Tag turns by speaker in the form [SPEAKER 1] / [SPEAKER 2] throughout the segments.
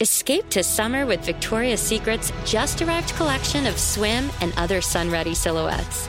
[SPEAKER 1] Escape to summer with Victoria's Secret's just arrived collection of swim and other sun ready silhouettes.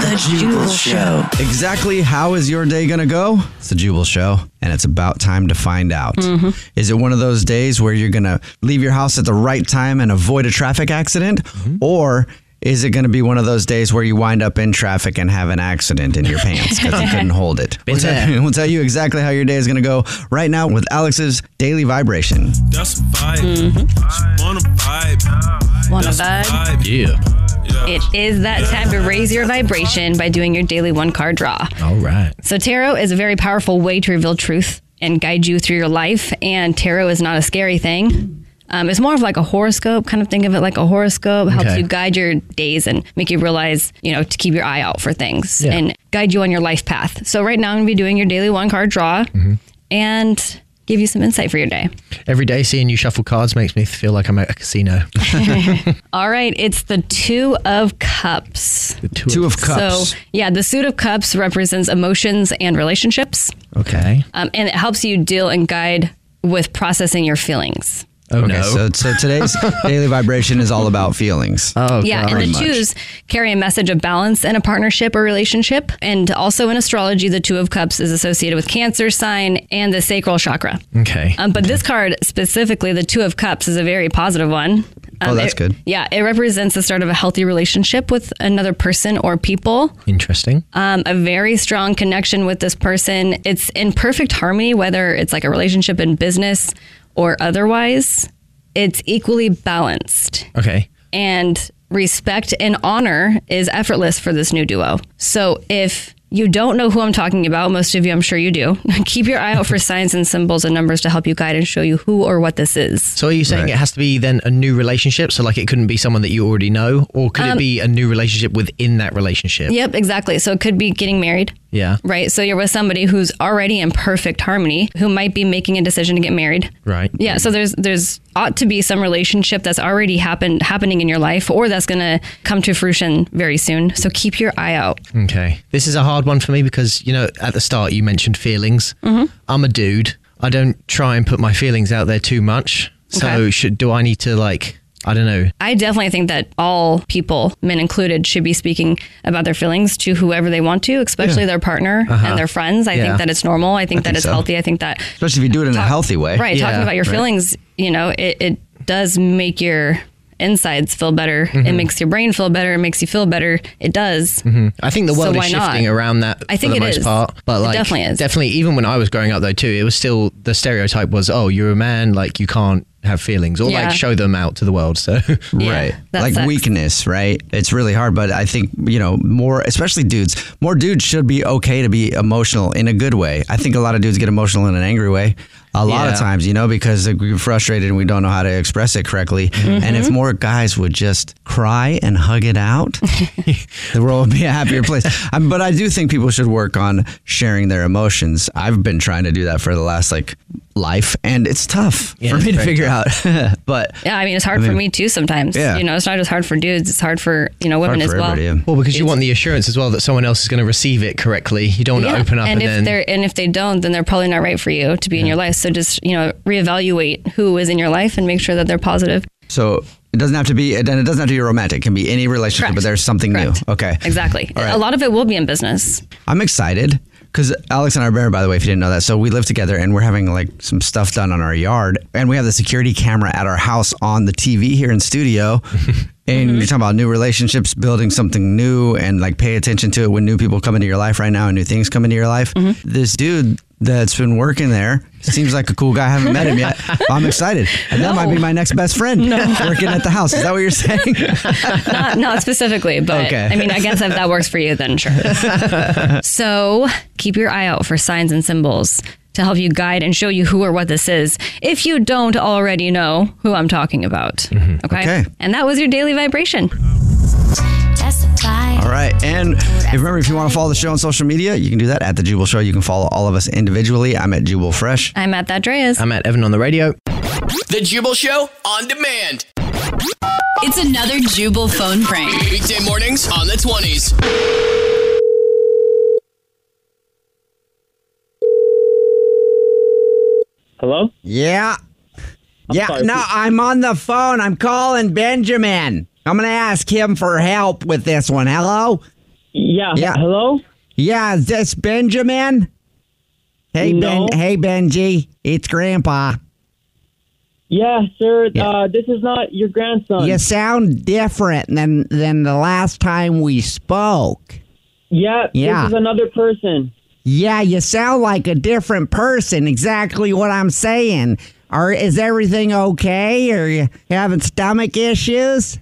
[SPEAKER 2] The Jubal Show. Exactly how is your day going to go? It's the Jubal Show, and it's about time to find out.
[SPEAKER 3] Mhm.
[SPEAKER 2] Is it one of those days where you're going to leave your house at the right time and avoid a traffic accident? Or is it going to be one of those days where you wind up in traffic and have an accident in your pants because you couldn't hold it?
[SPEAKER 4] Been
[SPEAKER 2] We'll tell,
[SPEAKER 4] there.
[SPEAKER 2] we'll tell you exactly how your day is going to go right now with Alex's Daily Vibration.
[SPEAKER 5] That's a vibe. Just Wanna vibe.
[SPEAKER 6] Mm-hmm. Wanna
[SPEAKER 5] That's a
[SPEAKER 6] vibe?
[SPEAKER 2] Yeah.
[SPEAKER 6] It is that time to raise your vibration by doing your daily one card draw.
[SPEAKER 7] All right.
[SPEAKER 6] So, tarot is a very powerful way to reveal truth and guide you through your life. And tarot is not a scary thing. Um, it's more of like a horoscope, kind of think of it like a horoscope, helps
[SPEAKER 8] Okay.
[SPEAKER 6] you guide your days and make you realize, you know, to keep your eye out for things
[SPEAKER 8] Yeah.
[SPEAKER 6] and guide you on your life path. So, right now, I'm going to be doing your daily one card draw and give you some insight for your day.
[SPEAKER 7] Every day seeing you shuffle cards makes me feel like I'm at a casino.
[SPEAKER 6] All right, it's the Two of Cups. The
[SPEAKER 7] Two, of Cups.
[SPEAKER 6] So, yeah, the Suit of Cups represents emotions and relationships,
[SPEAKER 7] okay.
[SPEAKER 6] um, and it helps you deal and guide with processing your feelings.
[SPEAKER 2] okay,
[SPEAKER 7] no.
[SPEAKER 2] So, so today's Daily Vibration is all about feelings. Oh,
[SPEAKER 6] yeah, and the twos carry a message of balance in a partnership or relationship. And also in astrology, the Two of Cups is associated with Cancer sign and the sacral chakra.
[SPEAKER 7] Okay.
[SPEAKER 6] Um, but this card specifically, the Two of Cups, is a very positive one.
[SPEAKER 7] Oh,
[SPEAKER 6] Um,
[SPEAKER 7] that's
[SPEAKER 6] it-
[SPEAKER 7] good.
[SPEAKER 6] Yeah, it represents the start of a healthy relationship with another person or people.
[SPEAKER 7] Interesting.
[SPEAKER 6] Um, a very strong connection with this person. It's in perfect harmony, whether it's like a relationship in business or otherwise. It's equally balanced
[SPEAKER 7] Okay.
[SPEAKER 6] and respect and honor is effortless for this new duo. So if you don't know who I'm talking about, most of you, I'm sure you do, keep your eye out for signs and symbols and numbers to help you guide and show you who or what this is.
[SPEAKER 7] So are you saying it has to be then a new relationship? So like it couldn't be someone that you already know, or could
[SPEAKER 6] Um,
[SPEAKER 7] it be a new relationship within that relationship?
[SPEAKER 6] Yep, exactly. So it could be getting married.
[SPEAKER 7] Yeah.
[SPEAKER 6] Right. So you're with somebody who's already in perfect harmony, who might be making a decision to get married.
[SPEAKER 7] Right.
[SPEAKER 6] Yeah. So there's there's ought to be some relationship that's already happened happening in your life, or that's gonna come to fruition very soon. So keep your eye out.
[SPEAKER 7] Okay. This is a hard one for me because, you know, at the start you mentioned feelings.
[SPEAKER 6] Mhm.
[SPEAKER 7] I'm a dude. I don't try and put my feelings out there too much. So
[SPEAKER 6] Okay.
[SPEAKER 7] should do I need to like I don't know.
[SPEAKER 6] I definitely think that all people, men included, should be speaking about their feelings to whoever they want to, especially
[SPEAKER 2] Yeah.
[SPEAKER 6] their partner
[SPEAKER 2] Uh-huh.
[SPEAKER 6] and their friends. I
[SPEAKER 2] Yeah.
[SPEAKER 6] think that it's normal. I think
[SPEAKER 2] I
[SPEAKER 6] that
[SPEAKER 2] think
[SPEAKER 6] it's
[SPEAKER 2] so.
[SPEAKER 6] healthy. I think that
[SPEAKER 2] Especially if you do it in a healthy way.
[SPEAKER 6] Right. Talking about your feelings, you know, it, it does make your insides feel better. It
[SPEAKER 7] Mhm.
[SPEAKER 6] makes your brain feel better. It makes you feel better. It does.
[SPEAKER 7] Mhm. I think the
[SPEAKER 6] So
[SPEAKER 7] world is
[SPEAKER 6] why not?
[SPEAKER 7] shifting around that
[SPEAKER 6] I think
[SPEAKER 7] for the
[SPEAKER 6] it
[SPEAKER 7] most
[SPEAKER 6] is.
[SPEAKER 7] part. But
[SPEAKER 6] It
[SPEAKER 7] like,
[SPEAKER 6] definitely is.
[SPEAKER 7] Definitely, even when I was growing up, though, too, it was still the stereotype was, oh, you're a man, like you can't have feelings or
[SPEAKER 6] Yeah.
[SPEAKER 7] like show them out to the world. So
[SPEAKER 8] right
[SPEAKER 6] that
[SPEAKER 8] like
[SPEAKER 6] sucks.
[SPEAKER 8] weakness right it's really hard but i think you know more especially dudes more dudes should be okay to be emotional in a good way i think a lot of dudes get emotional in an angry way a lot
[SPEAKER 7] Yeah.
[SPEAKER 8] of times you know because we're frustrated and we don't know how to express it correctly
[SPEAKER 7] Mm-hmm.
[SPEAKER 8] and if more guys would just cry and hug it out the world would be a happier place um, but i do think people should work on sharing their emotions i've been trying to do that for the last like life and it's tough
[SPEAKER 7] Yeah,
[SPEAKER 8] for
[SPEAKER 7] it's
[SPEAKER 8] me to
[SPEAKER 7] very
[SPEAKER 8] figure out but
[SPEAKER 6] Yeah, I mean, it's hard
[SPEAKER 8] I
[SPEAKER 6] for
[SPEAKER 8] mean-
[SPEAKER 6] me too sometimes.
[SPEAKER 8] Yeah.
[SPEAKER 6] You know, it's not just hard for dudes, it's hard for, you know,
[SPEAKER 8] hard
[SPEAKER 6] women as
[SPEAKER 8] for
[SPEAKER 6] well.
[SPEAKER 8] everybody yeah.
[SPEAKER 7] Well, because you want the assurance as well that someone else is going to receive it correctly. You don't want to open up and,
[SPEAKER 6] if
[SPEAKER 7] then
[SPEAKER 6] they're and if they don't, then they're probably not right for you to be in your life. So just you know reevaluate who is in your life and make sure that they're positive.
[SPEAKER 8] So it doesn't have to be, and it doesn't have to be romantic. It can be any relationship,
[SPEAKER 6] Correct.
[SPEAKER 8] but there's something
[SPEAKER 6] Correct.
[SPEAKER 8] new. Okay.
[SPEAKER 6] Exactly.
[SPEAKER 8] All right.
[SPEAKER 6] A lot of it will be in business.
[SPEAKER 8] I'm excited because Alex and I are married, by the way, if you didn't know that. So we live together and we're having like some stuff done on our yard. And we have the security camera at our house on the TV here in studio. and you're talking about new relationships, building something new, and like pay attention to it when new people come into your life right now and new things come into your life. This dude that's been working there seems like a cool guy. I haven't met him yet. but I'm excited. And that might be my next best friend working at the house. Is that what you're saying?
[SPEAKER 6] not, not specifically, but
[SPEAKER 8] Okay.
[SPEAKER 6] I mean, I guess if that works for you, then sure. so keep your eye out for signs and symbols to help you guide and show you who or what this is if you don't already know who I'm talking about. Okay?
[SPEAKER 8] Okay.
[SPEAKER 6] And that was your daily vibration.
[SPEAKER 8] All right. And if, remember, if you want to follow the show on social media, you can do that at The Jubal Show. You can follow all of us individually. I'm at Jubal Fresh.
[SPEAKER 6] I'm at that Dreas.
[SPEAKER 7] I'm at Evan on the radio.
[SPEAKER 9] The Jubal Show on demand.
[SPEAKER 10] It's another Jubal phone prank.
[SPEAKER 9] Weekday mornings on the 20s.
[SPEAKER 11] Hello?
[SPEAKER 8] Yeah. yeah.
[SPEAKER 11] sorry.
[SPEAKER 8] No, I'm on the phone. I'm calling Benjamin. I'm going to ask him for help with this one. Hello?
[SPEAKER 11] Yeah.
[SPEAKER 8] Yeah.
[SPEAKER 11] Hello?
[SPEAKER 8] Yeah. Is this Benjamin? Hey,
[SPEAKER 11] No.
[SPEAKER 8] Ben. Hey, Benji. It's Grandpa.
[SPEAKER 11] Yeah, sir. Uh, this is not your grandson.
[SPEAKER 8] You sound different than than the last time we spoke.
[SPEAKER 11] Yeah.
[SPEAKER 8] Yeah.
[SPEAKER 11] This is another person.
[SPEAKER 8] Yeah, you sound like a different person. Exactly what I'm saying. Are is everything okay? Are you having stomach issues?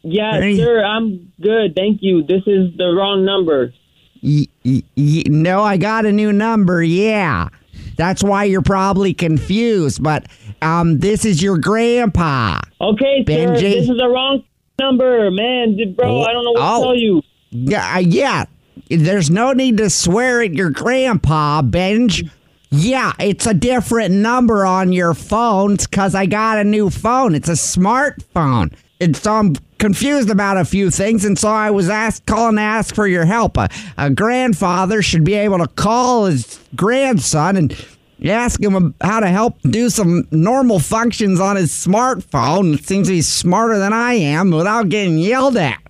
[SPEAKER 11] Yeah,
[SPEAKER 8] Hey.
[SPEAKER 11] sir. Uh, I'm good. Thank you. This is the wrong number.
[SPEAKER 8] Y- y- y- no, I got a new number. Yeah, that's why you're probably confused. But um, this is your grandpa.
[SPEAKER 11] Okay,
[SPEAKER 8] Benji.
[SPEAKER 11] sir. This is the wrong number, man. d- Bro, I don't know what
[SPEAKER 8] Oh.
[SPEAKER 11] to tell you.
[SPEAKER 8] Yeah, uh, yeah. There's no need to swear at your grandpa, Benj. Yeah, it's a different number on your phones because I got a new phone. It's a smartphone. And so I'm confused about a few things. And so I was asked, calling to ask for your help. A, a grandfather should be able to call his grandson and ask him how to help do some normal functions on his smartphone. It seems he's smarter than I am without getting yelled at.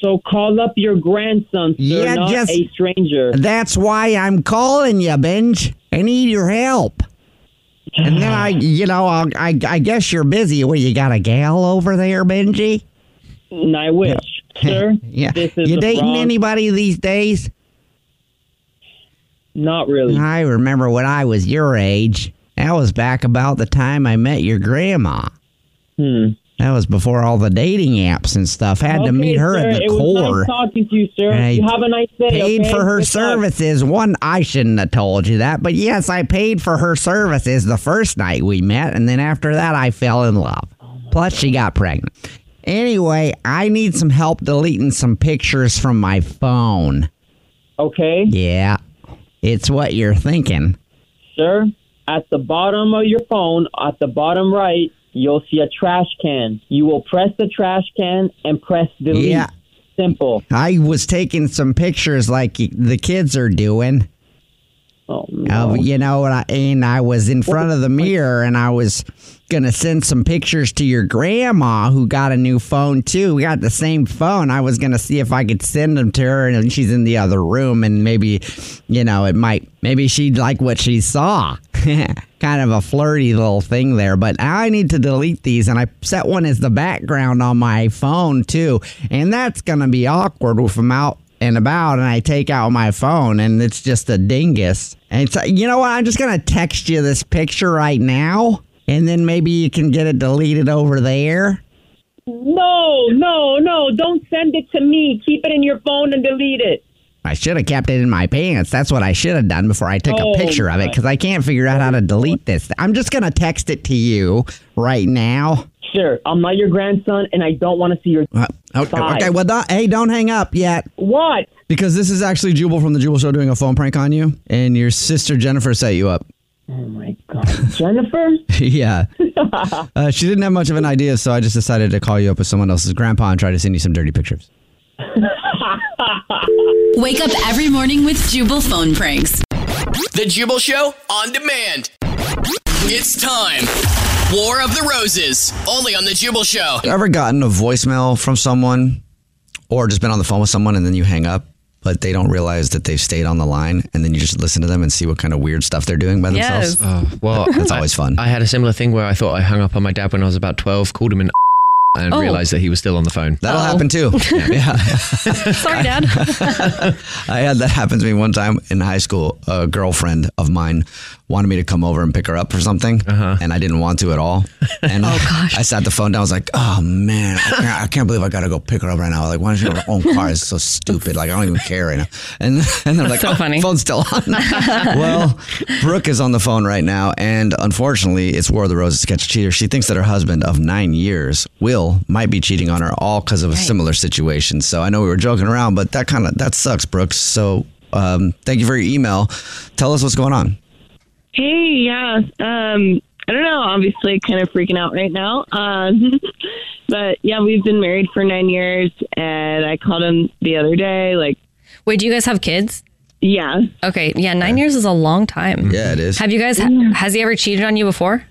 [SPEAKER 11] So call up your grandson, sir,
[SPEAKER 8] Yeah,
[SPEAKER 11] not
[SPEAKER 8] just-
[SPEAKER 11] a stranger.
[SPEAKER 8] That's why I'm calling you, Benj. I need your help. And then I, you know, I'll, I, I guess you're busy. What, you got a gal over there, Benji?
[SPEAKER 11] And I wish, sir.
[SPEAKER 8] Yeah.
[SPEAKER 11] This is
[SPEAKER 8] you
[SPEAKER 11] the
[SPEAKER 8] dating
[SPEAKER 11] wrong-
[SPEAKER 8] anybody these days?
[SPEAKER 11] Not really.
[SPEAKER 8] I remember when I was your age. That was back about the time I met your grandma.
[SPEAKER 11] Hmm.
[SPEAKER 8] That was before all the dating apps and stuff. Had to
[SPEAKER 11] Okay,
[SPEAKER 8] meet her
[SPEAKER 11] sir,
[SPEAKER 8] at the
[SPEAKER 11] it
[SPEAKER 8] core.
[SPEAKER 11] Was nice talking to you, sir.
[SPEAKER 8] I
[SPEAKER 11] you have a nice day.
[SPEAKER 8] paid
[SPEAKER 11] okay?
[SPEAKER 8] for her
[SPEAKER 11] Good luck.
[SPEAKER 8] services. One, I shouldn't have told you that, but yes, I paid for her services the first night we met, and then after that, I fell in love. Plus, she got pregnant. Anyway, I need some help deleting some pictures from my phone.
[SPEAKER 11] Okay.
[SPEAKER 8] Yeah, it's what you're thinking.
[SPEAKER 11] Sir, at the bottom of your phone, at the bottom right, you'll see a trash can. You will press the trash can and press delete.
[SPEAKER 8] Yeah.
[SPEAKER 11] Simple.
[SPEAKER 8] I was taking some pictures like the kids are doing.
[SPEAKER 11] Oh,
[SPEAKER 8] of
[SPEAKER 11] no.
[SPEAKER 8] you know and I, and I was in front of the mirror and I was gonna send some pictures to your grandma who got a new phone too. We got the same phone. I was gonna see if I could send them to her and she's in the other room and maybe you know it might maybe she'd like what she saw. kind of a flirty little thing there, but I need to delete these and I set one as the background on my phone too. And that's going to be awkward if I'm out and about and I take out my phone and it's just a dingus. And it's like, you know what? I'm just going to text you this picture right now and then maybe you can get it deleted over there.
[SPEAKER 4] No, no, no. Don't send it to me. Keep it in your phone and delete it.
[SPEAKER 8] I should have kept it in my pants. That's what I should have done before I took
[SPEAKER 4] Oh,
[SPEAKER 8] a picture of it because I can't figure out how to delete this. I'm just going to text it to you right now.
[SPEAKER 4] Sure. I'm not your grandson and I don't want to see your.
[SPEAKER 2] Oh,
[SPEAKER 8] Okay,
[SPEAKER 4] Bye.
[SPEAKER 8] okay well, don't- hey, don't hang up yet.
[SPEAKER 4] What?
[SPEAKER 2] Because this is actually Jubal from the Jubal Show doing a phone prank on you, and your sister Jennifer set you up.
[SPEAKER 4] Oh my god, Jennifer!
[SPEAKER 2] yeah, uh, she didn't have much of an idea, so I just decided to call you up with someone else's grandpa and try to send you some dirty pictures.
[SPEAKER 3] Wake up every morning with Jubal phone pranks.
[SPEAKER 9] The Jubal Show on demand. It's time. War of the Roses. Only on The Jubal Show.
[SPEAKER 2] Ever gotten a voicemail from someone, or just been on the phone with someone and then you hang up, but they don't realize that they've stayed on the line, and then you just listen to them and see what kind of weird stuff they're doing by themselves.
[SPEAKER 7] Oh, well,
[SPEAKER 2] that's
[SPEAKER 7] I-
[SPEAKER 2] always fun.
[SPEAKER 7] I had a similar thing where I thought I hung up on my dad when I was about 12, called him an and
[SPEAKER 6] Oh.
[SPEAKER 7] realized that he was still on the phone.
[SPEAKER 2] That'll happen too. yeah.
[SPEAKER 6] Sorry, Dad.
[SPEAKER 2] I had that happen to me one time in high school. A girlfriend of mine wanted me to come over and pick her up for something, and I didn't want to at all. And oh, gosh. I sat the phone down. I was like, "Oh man, I can't, I can't believe I got to go pick her up right now." Like, why don't you have her own car? It's so stupid. Like, I don't even care right now. And and they're like,
[SPEAKER 6] so
[SPEAKER 2] "Oh,
[SPEAKER 6] funny.
[SPEAKER 2] Phone's still on. well, Brooke is on the phone right now, and unfortunately, it's War of the Roses to catch a cheater. She thinks that her husband of nine years, Will, might be cheating on her, all because of a similar situation. So I know we were joking around, but that kind of that sucks, Brooke. So um, thank you for your email. Tell us what's going on.
[SPEAKER 12] Hey, yeah. Um, I don't know. Obviously, kind of freaking out right now. Um, but yeah, we've been married for nine years, and I called him the other day. Like,
[SPEAKER 6] wait, do you guys have kids?
[SPEAKER 12] Yeah.
[SPEAKER 6] Okay. Yeah, nine years is a long time.
[SPEAKER 2] Yeah, it is.
[SPEAKER 6] Have you guys? Ha- has he ever cheated on you before?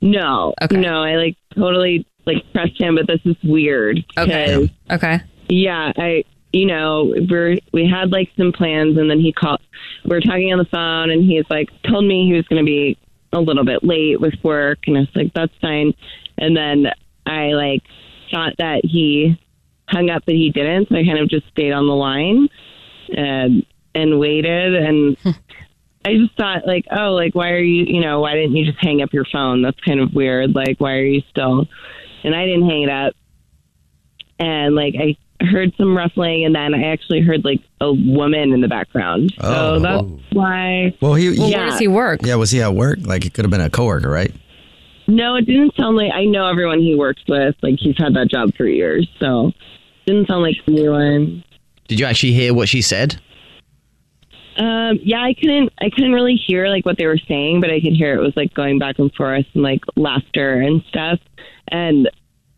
[SPEAKER 12] No, no, I like totally like pressed him, but this is weird. Okay,
[SPEAKER 6] okay,
[SPEAKER 12] yeah, I, you know, we're we had like some plans, and then he called. We were talking on the phone, and he's like, told me he was going to be a little bit late with work, and I was like, that's fine. And then I like thought that he hung up, but he didn't, so I kind of just stayed on the line and and waited and
[SPEAKER 2] Hmm.
[SPEAKER 12] I just thought like, oh, like why are you, you know, why didn't you just hang up your phone? That's kind of weird. Like, why are you still? And I didn't hang it up. And like I heard some ruffling, and then I actually heard like a woman in the background.
[SPEAKER 2] Oh.
[SPEAKER 12] So that's why.
[SPEAKER 2] Well, he.
[SPEAKER 12] yeah.
[SPEAKER 6] work?
[SPEAKER 2] Yeah, was he at work? Like it could have been a coworker, right?
[SPEAKER 12] No, it didn't sound like I know everyone he works with. Like he's had that job for years, so didn't sound like anyone.
[SPEAKER 7] Did you actually hear what she said?
[SPEAKER 12] Um, yeah, I couldn't. I couldn't really hear like what they were saying, but I could hear it was like going back and forth and like laughter and stuff. And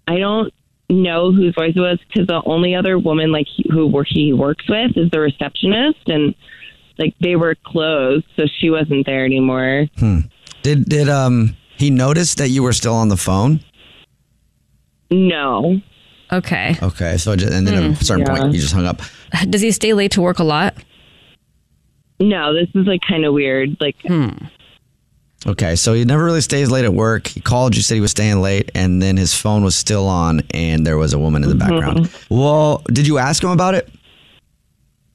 [SPEAKER 12] I don't know whose voice it was because the only other woman like he, who wor- he works with is the receptionist, and like they were closed, so she wasn't there anymore.
[SPEAKER 2] Hmm. Did did um he notice that you were still on the phone?
[SPEAKER 12] No.
[SPEAKER 6] okay.
[SPEAKER 2] Okay, so just, and then at
[SPEAKER 6] Hmm.
[SPEAKER 2] a certain
[SPEAKER 6] Yeah.
[SPEAKER 2] point you just hung up.
[SPEAKER 6] Does he stay late to work a lot?
[SPEAKER 12] No, this is like kind of weird. Like,
[SPEAKER 6] Hmm.
[SPEAKER 2] Okay, so he never really stays late at work. He called you, said he was staying late, and then his phone was still on, and there was a woman in the
[SPEAKER 12] Mm-hmm.
[SPEAKER 2] background. Well, did you ask him about it?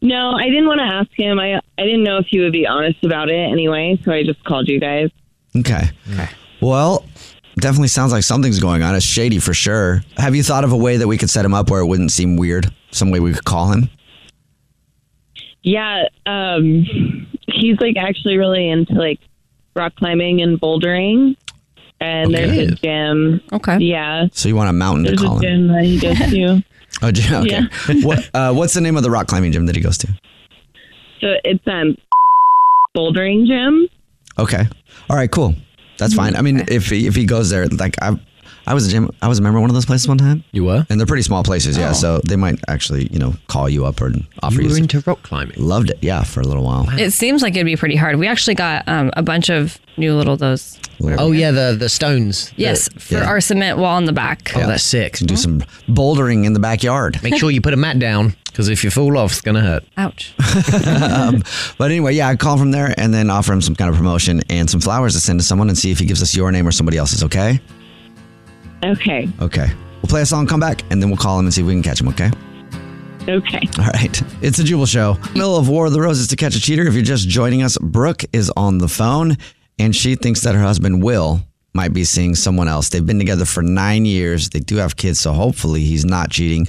[SPEAKER 12] no, I didn't want to ask him. I I didn't know if he would be honest about it anyway, so I just called you guys.
[SPEAKER 2] Okay. Okay. Well, definitely sounds like something's going on. It's shady for sure. Have you thought of a way that we could set him up where it wouldn't seem weird? Some way we could call him?
[SPEAKER 12] Yeah, um, he's like actually really into like rock climbing and bouldering, and there's a gym.
[SPEAKER 6] Okay.
[SPEAKER 12] Yeah,
[SPEAKER 2] So you want a mountain
[SPEAKER 12] there's
[SPEAKER 2] to
[SPEAKER 12] a
[SPEAKER 2] call him?
[SPEAKER 12] gym that he goes to.
[SPEAKER 2] Oh, gym. Okay.
[SPEAKER 12] Yeah.
[SPEAKER 2] what, uh, what's the name of the rock climbing gym that he goes to?
[SPEAKER 12] So it's um bouldering gym.
[SPEAKER 2] Okay. All right. Cool. That's fine. I mean, if he, if he goes there, like I, I was a gym. I was a member of one of those places one time.
[SPEAKER 7] You were,
[SPEAKER 2] and they're pretty small places. Yeah,
[SPEAKER 7] Oh.
[SPEAKER 2] so they might actually you know call you up or offer you.
[SPEAKER 7] You were
[SPEAKER 2] some-
[SPEAKER 7] into rock climbing.
[SPEAKER 2] Loved it. Yeah, for a little while.
[SPEAKER 6] It seems like it'd be pretty hard. We actually got um, a bunch of new little those
[SPEAKER 7] Oh yeah, the the stones.
[SPEAKER 6] Yes, for our cement wall in the back.
[SPEAKER 7] Oh, that's sick.
[SPEAKER 2] Do some bouldering in the backyard.
[SPEAKER 7] Make sure you put a mat down because if you fall off, it's gonna hurt.
[SPEAKER 6] Ouch.
[SPEAKER 2] um, but anyway, yeah, I call from there and then offer him some kind of promotion and some flowers to send to someone and see if he gives us your name or somebody else's. Okay.
[SPEAKER 12] Okay.
[SPEAKER 2] Okay. We'll play a song, come back, and then we'll call him and see if we can catch him. Okay.
[SPEAKER 12] Okay.
[SPEAKER 2] All right. It's a Jubal Show. Middle of War of the Roses to catch a cheater. If you're just joining us, Brooke is on the phone and she thinks that her husband, Will, might be seeing someone else. They've been together for nine years. They do have kids, so hopefully he's not cheating.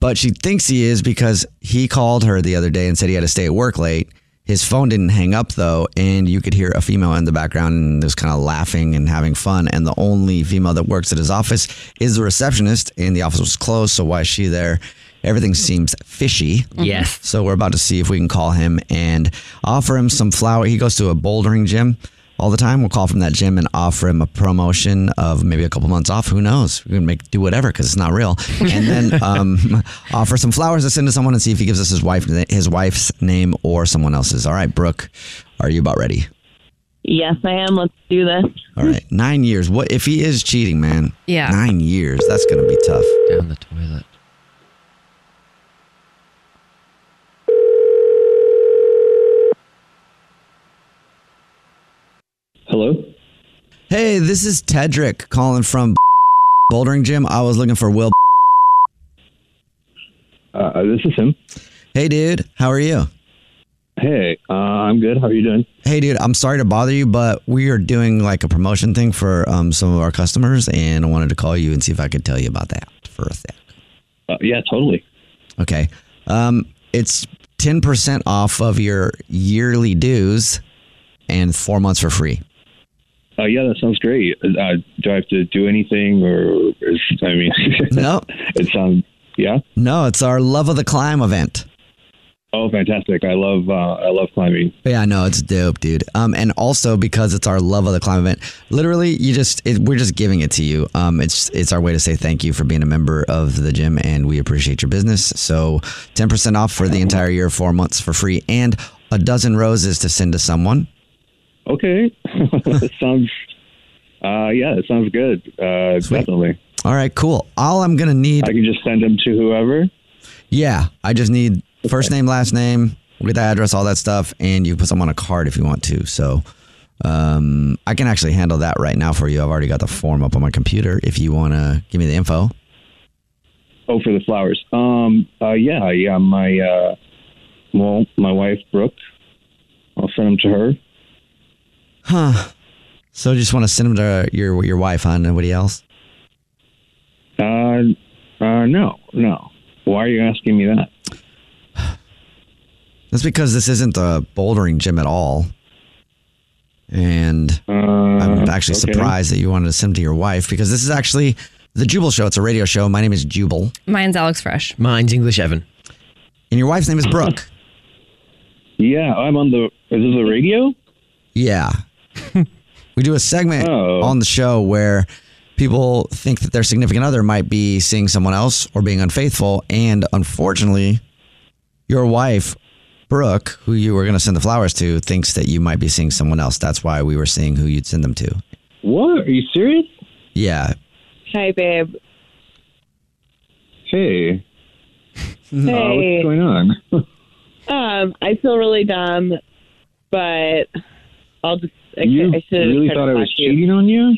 [SPEAKER 2] But she thinks he is because he called her the other day and said he had to stay at work late. His phone didn't hang up though, and you could hear a female in the background and was kind of laughing and having fun. And the only female that works at his office is the receptionist, and the office was closed, so why is she there? Everything seems fishy.
[SPEAKER 7] Yes.
[SPEAKER 2] So we're about to see if we can call him and offer him some flower. He goes to a bouldering gym all the time. We'll call from that gym and offer him a promotion of maybe a couple months off. Who knows? We can make do whatever because it's not real. And then um, offer some flowers to send to someone and see if he gives us his wife his wife's name or someone else's. All right, Brooke, are you about ready?
[SPEAKER 12] Yes, I am. Let's do this.
[SPEAKER 2] All right, nine years. What if he is cheating, man?
[SPEAKER 12] Yeah.
[SPEAKER 2] nine years. That's gonna be tough.
[SPEAKER 7] Down the toilet.
[SPEAKER 13] Hello.
[SPEAKER 2] Hey, this is Tedrick calling from Bouldering Gym. I was looking for Will.
[SPEAKER 13] Uh, this is him.
[SPEAKER 2] Hey, dude. How are you?
[SPEAKER 13] Hey, uh, I'm good. How are you doing?
[SPEAKER 2] Hey, dude. I'm sorry to bother you, but we are doing like a promotion thing for um, some of our customers, and I wanted to call you and see if I could tell you about that for a sec.
[SPEAKER 13] Uh, yeah, totally.
[SPEAKER 2] Okay. Um, it's 10% off of your yearly dues and four months for free.
[SPEAKER 13] Uh, yeah, that sounds great. Uh, do I have to do anything, or is, I mean,
[SPEAKER 2] no.
[SPEAKER 13] It sounds yeah.
[SPEAKER 2] No, it's our Love of the Climb event.
[SPEAKER 13] Oh, fantastic! I love uh, I love climbing.
[SPEAKER 2] Yeah, I know it's dope, dude. Um, and also because it's our love of the climb event. Literally, you just it, we're just giving it to you. Um, it's it's our way to say thank you for being a member of the gym, and we appreciate your business. So, ten percent off for the entire year, four months for free, and a dozen roses to send to someone.
[SPEAKER 13] Okay, That sounds. Uh, yeah, it sounds good. Uh, definitely.
[SPEAKER 2] All right, cool. Uh, All I'm gonna need. I
[SPEAKER 13] can just send them to whoever.
[SPEAKER 2] Yeah, I just need first name, last name, we'll get the address, all that stuff, and you put them on a card if you want to. So, um, I can actually handle that right now for you. I've already got the form up on my computer. If you want to give me the info,
[SPEAKER 13] Oh, for the flowers. Um. Uh, yeah. Yeah. My. Uh, well, my wife Brooke. I'll send them to her.
[SPEAKER 2] huh? So, you just want to send them to your your wife, huh? Nobody else.
[SPEAKER 13] Uh, uh, no, no. Why are you asking me that?
[SPEAKER 2] That's because this isn't the bouldering gym at all. And I'm actually
[SPEAKER 6] okay.
[SPEAKER 2] surprised that you wanted to send them to your wife because this is actually the Jubal Show. It's a radio show. My name is Jubal.
[SPEAKER 6] Mine's Alex Fresh.
[SPEAKER 7] Mine's English Evan.
[SPEAKER 2] And your wife's name is Brooke.
[SPEAKER 13] Yeah, I'm on the. Is this the radio?
[SPEAKER 2] Yeah. we do a segment on the show where people think that their significant other might be seeing someone else or being unfaithful. And unfortunately, your wife, Brooke, who you were going to send the flowers to, thinks that you might be seeing someone else. That's why we were seeing who you'd send them to.
[SPEAKER 13] What? Are you serious?
[SPEAKER 2] Yeah.
[SPEAKER 12] Hi, babe.
[SPEAKER 13] Hey. Uh,
[SPEAKER 12] Hey.
[SPEAKER 13] what's going on?
[SPEAKER 12] Um, I feel really dumb, but I'll just. I,
[SPEAKER 13] you
[SPEAKER 12] I should
[SPEAKER 13] really thought I was cheating on you?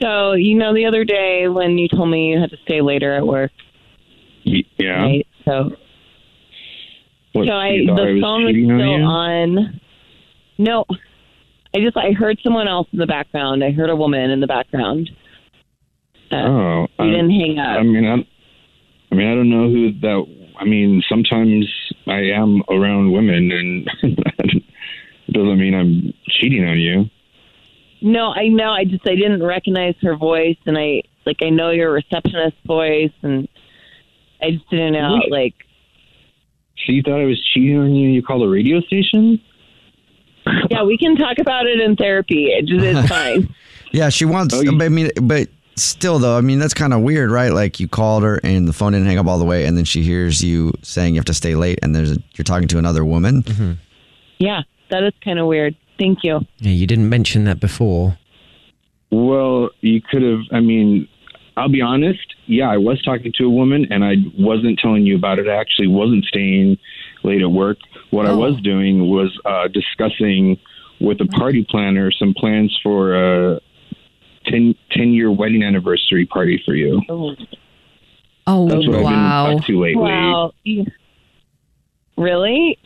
[SPEAKER 12] So you know, the other day when you told me you had to stay later at work,
[SPEAKER 13] Yeah.
[SPEAKER 12] Right, so.
[SPEAKER 13] What,
[SPEAKER 12] so I
[SPEAKER 13] you thought
[SPEAKER 12] the
[SPEAKER 13] was
[SPEAKER 12] phone was
[SPEAKER 13] cheating
[SPEAKER 12] still
[SPEAKER 13] on you?
[SPEAKER 12] on, No, I just I heard someone else in the background. I heard a woman in the background. Uh,
[SPEAKER 13] Oh,
[SPEAKER 12] you didn't hang up.
[SPEAKER 13] I mean, I, I mean, I don't know who that. I mean, sometimes I am around women, and it doesn't mean I'm cheating on you.
[SPEAKER 12] No, I know. I just I didn't recognize her voice, and I like I know your receptionist voice, and I just didn't know
[SPEAKER 13] Really?
[SPEAKER 12] like
[SPEAKER 13] So you thought I was cheating on you? and You called a radio station?
[SPEAKER 12] yeah, we can talk about it in therapy. It just is fine.
[SPEAKER 2] Yeah, she wants. but I mean, but still, though, I mean, that's kind of weird, right? Like you called her and the phone didn't hang up all the way, and then she hears you saying you have to stay late, and there's a, you're talking to another woman.
[SPEAKER 12] Yeah, that is kind of weird. Thank you.
[SPEAKER 7] Yeah, you didn't mention that before.
[SPEAKER 13] Well, you could have. I mean, I'll be honest. Yeah, I was talking to a woman, and I wasn't telling you about it. I actually wasn't staying late at work. What I was doing was uh, discussing with a party planner some plans for a 10, 10 year wedding anniversary party for you.
[SPEAKER 6] Oh,
[SPEAKER 13] That's what I've been up to lately.
[SPEAKER 12] Wow. You- Really?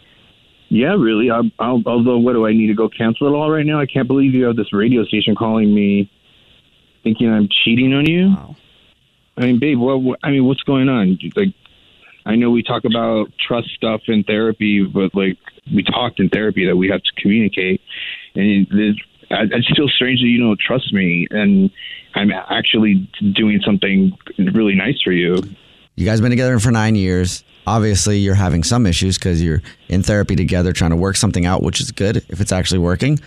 [SPEAKER 13] Yeah, really. I, I'll, although, what do I need to go cancel it all right now? I can't believe you have this radio station calling me, thinking I'm cheating on you. I mean, babe, what, what? I mean, what's going on? Like, I know we talk about trust stuff in therapy, but like we talked in therapy that we have to communicate, and it, I, it's still strange that you don't trust me, and I'm actually doing something really nice for you.
[SPEAKER 2] You guys been together for nine years. Obviously, you're having some issues because you're in therapy together, trying to work something out, which is good if it's actually working.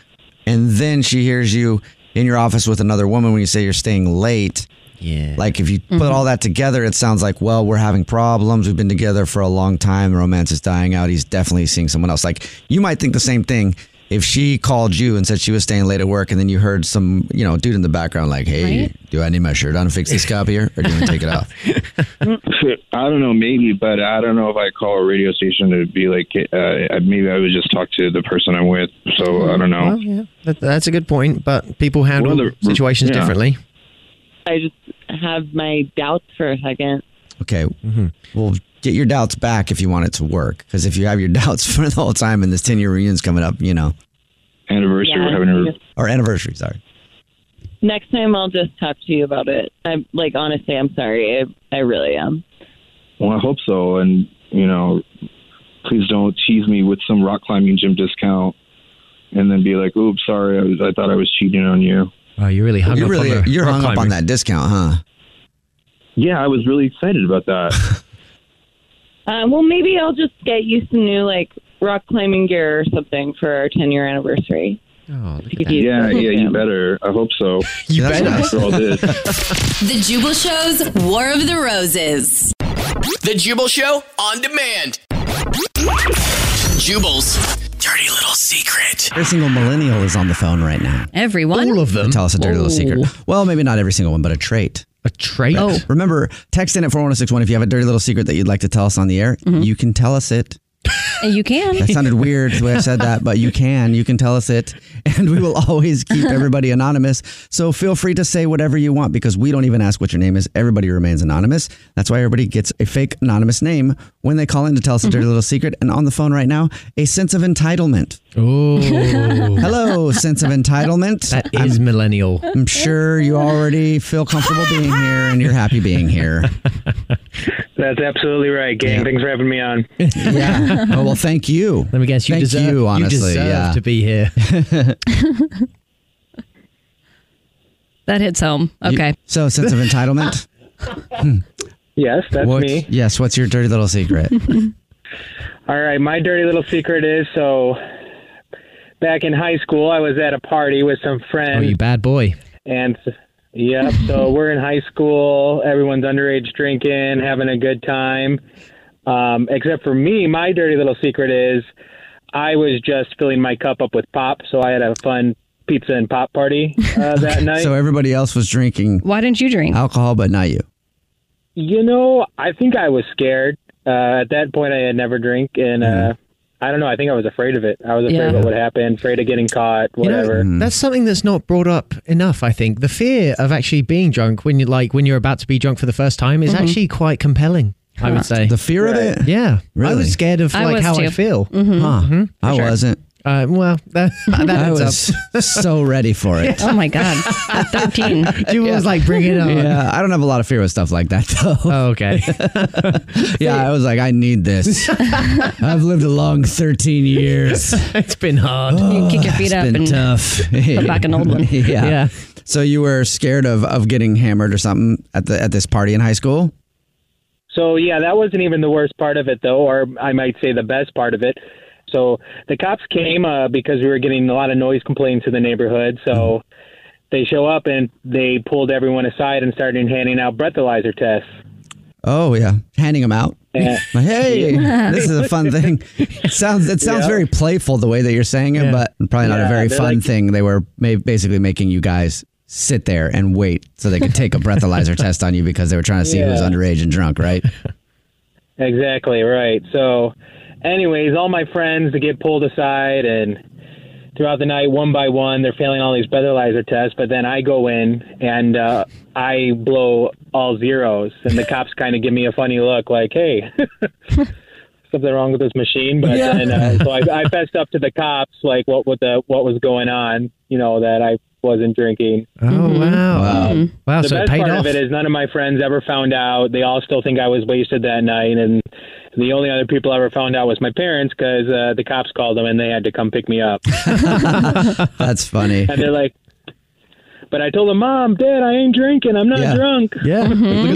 [SPEAKER 2] And then she hears you in your office with another woman when you say you're staying late.
[SPEAKER 7] Yeah.
[SPEAKER 2] Like if you put
[SPEAKER 7] Mhm.
[SPEAKER 2] all that together, it sounds like, well, we're having problems. We've been together for a long time. Romance is dying out. He's definitely seeing someone else. Like you might think the same thing if she called you and said she was staying late at work, and then you heard some, you know, dude in the background like, hey, do I need my shirt on to fix this cop here, or do you want to take it off?
[SPEAKER 13] I don't know, maybe, but I don't know if I call a radio station to be like, uh, maybe I would just talk to the person I'm with. So I don't know.
[SPEAKER 7] Well, yeah, that, that's a good point. But people handle
[SPEAKER 13] Well, the-
[SPEAKER 7] situations
[SPEAKER 13] yeah.
[SPEAKER 7] differently.
[SPEAKER 12] I just have my doubts for a second.
[SPEAKER 2] Okay.
[SPEAKER 7] Mm-hmm.
[SPEAKER 2] Well, get your doubts back if you want it to work. Because if you have your doubts for the whole time and this 10 year reunion's coming up, you know.
[SPEAKER 13] Anniversary,
[SPEAKER 12] Yeah, we're having a-
[SPEAKER 2] Or anniversary, sorry.
[SPEAKER 12] Next time, I'll just talk to you about it. I'm like, honestly, I'm sorry. I, I really am.
[SPEAKER 13] Well, I hope so. And, you know, please don't tease me with some rock climbing gym discount and then be like, oops, sorry, I, was, I thought I was cheating on you.
[SPEAKER 7] Oh, you really hung
[SPEAKER 2] you're
[SPEAKER 7] up
[SPEAKER 2] really,
[SPEAKER 7] on the
[SPEAKER 2] you're
[SPEAKER 7] rock
[SPEAKER 2] hung up on
[SPEAKER 7] climbing.
[SPEAKER 2] that discount, huh?
[SPEAKER 13] Yeah, I was really excited about that.
[SPEAKER 12] Uh, well, maybe I'll just get you some new like rock climbing gear or something for our 10 year anniversary.
[SPEAKER 7] Oh,
[SPEAKER 13] yeah, yeah, you better. I hope so. you
[SPEAKER 7] better.
[SPEAKER 13] After all this.
[SPEAKER 3] The Jubal Show's War of the Roses.
[SPEAKER 9] The Jubal Show on demand. Jubal's dirty little secret.
[SPEAKER 2] Every single millennial is on the phone right now.
[SPEAKER 6] Everyone.
[SPEAKER 2] All of them. Tell us a dirty little secret. Well, maybe not every single one, but a trait.
[SPEAKER 7] A trait?
[SPEAKER 2] Oh. Remember, text in at 41061 if you have a dirty little secret that you'd like to tell us on the air. You can tell us it.
[SPEAKER 6] And you can.
[SPEAKER 2] That sounded weird the way I said that, but you can. You can tell us it. And we will always keep everybody anonymous. So feel free to say whatever you want because we don't even ask what your name is. Everybody remains anonymous. That's why everybody gets a fake anonymous name when they call in to tell us a
[SPEAKER 7] Mm-hmm.
[SPEAKER 2] dirty little secret. And on the phone right now, a sense of entitlement.
[SPEAKER 7] Oh.
[SPEAKER 2] Hello, sense of entitlement.
[SPEAKER 7] That is millennial.
[SPEAKER 2] I'm sure you already feel comfortable being here and you're happy being here.
[SPEAKER 14] That's absolutely right, gang. Thanks for having me on.
[SPEAKER 2] Yeah. Oh, well, thank you. Let me guess.
[SPEAKER 7] You
[SPEAKER 2] thank
[SPEAKER 7] deserve,
[SPEAKER 2] you, honestly.
[SPEAKER 7] deserve
[SPEAKER 2] yeah.
[SPEAKER 7] to be here.
[SPEAKER 6] That hits home.
[SPEAKER 2] You-
[SPEAKER 6] Okay.
[SPEAKER 2] so, sense of entitlement.
[SPEAKER 14] Yes, that's
[SPEAKER 2] What-
[SPEAKER 14] me.
[SPEAKER 2] Yes. What's your dirty little secret?
[SPEAKER 14] All right, my dirty little secret is so back in high school, I was at a party with some
[SPEAKER 7] Oh,
[SPEAKER 14] friends.
[SPEAKER 7] you bad boy.
[SPEAKER 14] And yep, so we're in high school. Everyone's underage drinking, having a good time. Um, except for me, my dirty little secret is I was just filling my cup up with pop, so I had a fun pizza and pop party uh, that night.
[SPEAKER 2] so everybody else was drinking.
[SPEAKER 6] Why didn't you drink
[SPEAKER 2] alcohol, but not you?
[SPEAKER 14] You know, I think I was scared. Uh, at that point, I had never drank, and uh, I don't know. I think I was afraid of it. I was afraid
[SPEAKER 7] Mm-hmm. Yeah.
[SPEAKER 14] of what would happen, afraid of getting caught, whatever.
[SPEAKER 2] Hmm.
[SPEAKER 7] You know, mm. that's something that's not brought up enough. I think the fear of actually being drunk when you like when you're about to be drunk for the first time is
[SPEAKER 14] Mhm.
[SPEAKER 7] actually quite compelling. I
[SPEAKER 2] Huh.
[SPEAKER 7] would say
[SPEAKER 2] the fear of it.
[SPEAKER 7] Yeah, I
[SPEAKER 2] Really?
[SPEAKER 7] was scared of
[SPEAKER 2] I
[SPEAKER 7] like
[SPEAKER 2] was
[SPEAKER 7] how I
[SPEAKER 2] too.
[SPEAKER 7] feel.
[SPEAKER 2] Mhm. Huh.
[SPEAKER 7] Mhm, for
[SPEAKER 2] I
[SPEAKER 7] sure.
[SPEAKER 2] wasn't.
[SPEAKER 7] Uh, well, that, that
[SPEAKER 2] I
[SPEAKER 7] adds
[SPEAKER 2] was
[SPEAKER 7] up.
[SPEAKER 2] so ready for it.
[SPEAKER 6] Oh my God. At 13.
[SPEAKER 7] Jubal was like, bring it on.
[SPEAKER 2] Yeah, I don't have a lot of fear with stuff like that though.
[SPEAKER 7] Oh, okay.
[SPEAKER 2] yeah, I was like, I need this. I've lived a long 13 years.
[SPEAKER 7] it's been hard.
[SPEAKER 6] You kick your feet up
[SPEAKER 2] Oh, been
[SPEAKER 6] and
[SPEAKER 2] tough.
[SPEAKER 6] put back an old one.
[SPEAKER 2] yeah. So you were scared of of getting hammered or something at the at this party in high school?
[SPEAKER 14] So yeah, that wasn't even the worst part of it, though, or I might say the best part of it. So the cops came uh, because we were getting a lot of noise complaints in the neighborhood. So
[SPEAKER 7] Mm-hmm.
[SPEAKER 14] they show up and they pulled everyone aside and started handing out breathalyzer tests.
[SPEAKER 2] Oh yeah, handing them out.
[SPEAKER 8] Yeah.
[SPEAKER 2] Like, hey,
[SPEAKER 8] Yeah.
[SPEAKER 2] this is a fun thing. It sounds it sounds
[SPEAKER 8] Yeah.
[SPEAKER 2] very playful the way that you're saying it, but probably not a
[SPEAKER 8] Yeah,
[SPEAKER 2] very
[SPEAKER 8] they're
[SPEAKER 2] fun
[SPEAKER 8] like-
[SPEAKER 2] thing. They were ma- basically making you guys sit there and wait so they could take a breathalyzer test on you because they were trying to see who was
[SPEAKER 14] Yeah.
[SPEAKER 2] underage and drunk, right?
[SPEAKER 14] Exactly right. So, anyways, all my friends they get pulled aside, and throughout the night, one by one, they're failing all these breathalyzer tests. But then I go in and uh, I blow all zeros, and the cops kind of give me a funny look, like, "Hey, something wrong with this machine." But
[SPEAKER 15] Yeah.
[SPEAKER 14] then, uh, so I, I fessed up to the cops, like what what the what was going on, you know, that I wasn't drinking.
[SPEAKER 7] Oh wow! Wow! Wow!
[SPEAKER 14] the
[SPEAKER 7] so it
[SPEAKER 14] best
[SPEAKER 7] paid
[SPEAKER 14] part
[SPEAKER 7] off.
[SPEAKER 14] of it is none of my friends ever found out. They all still think I was wasted that night, and the only other people I ever found out was my parents because uh, the cops called them and they had to come pick me up.
[SPEAKER 2] That's funny.
[SPEAKER 14] and they're like, "But I told them, Mom, Dad, I ain't drinking. I'm not
[SPEAKER 2] Yeah.
[SPEAKER 14] drunk."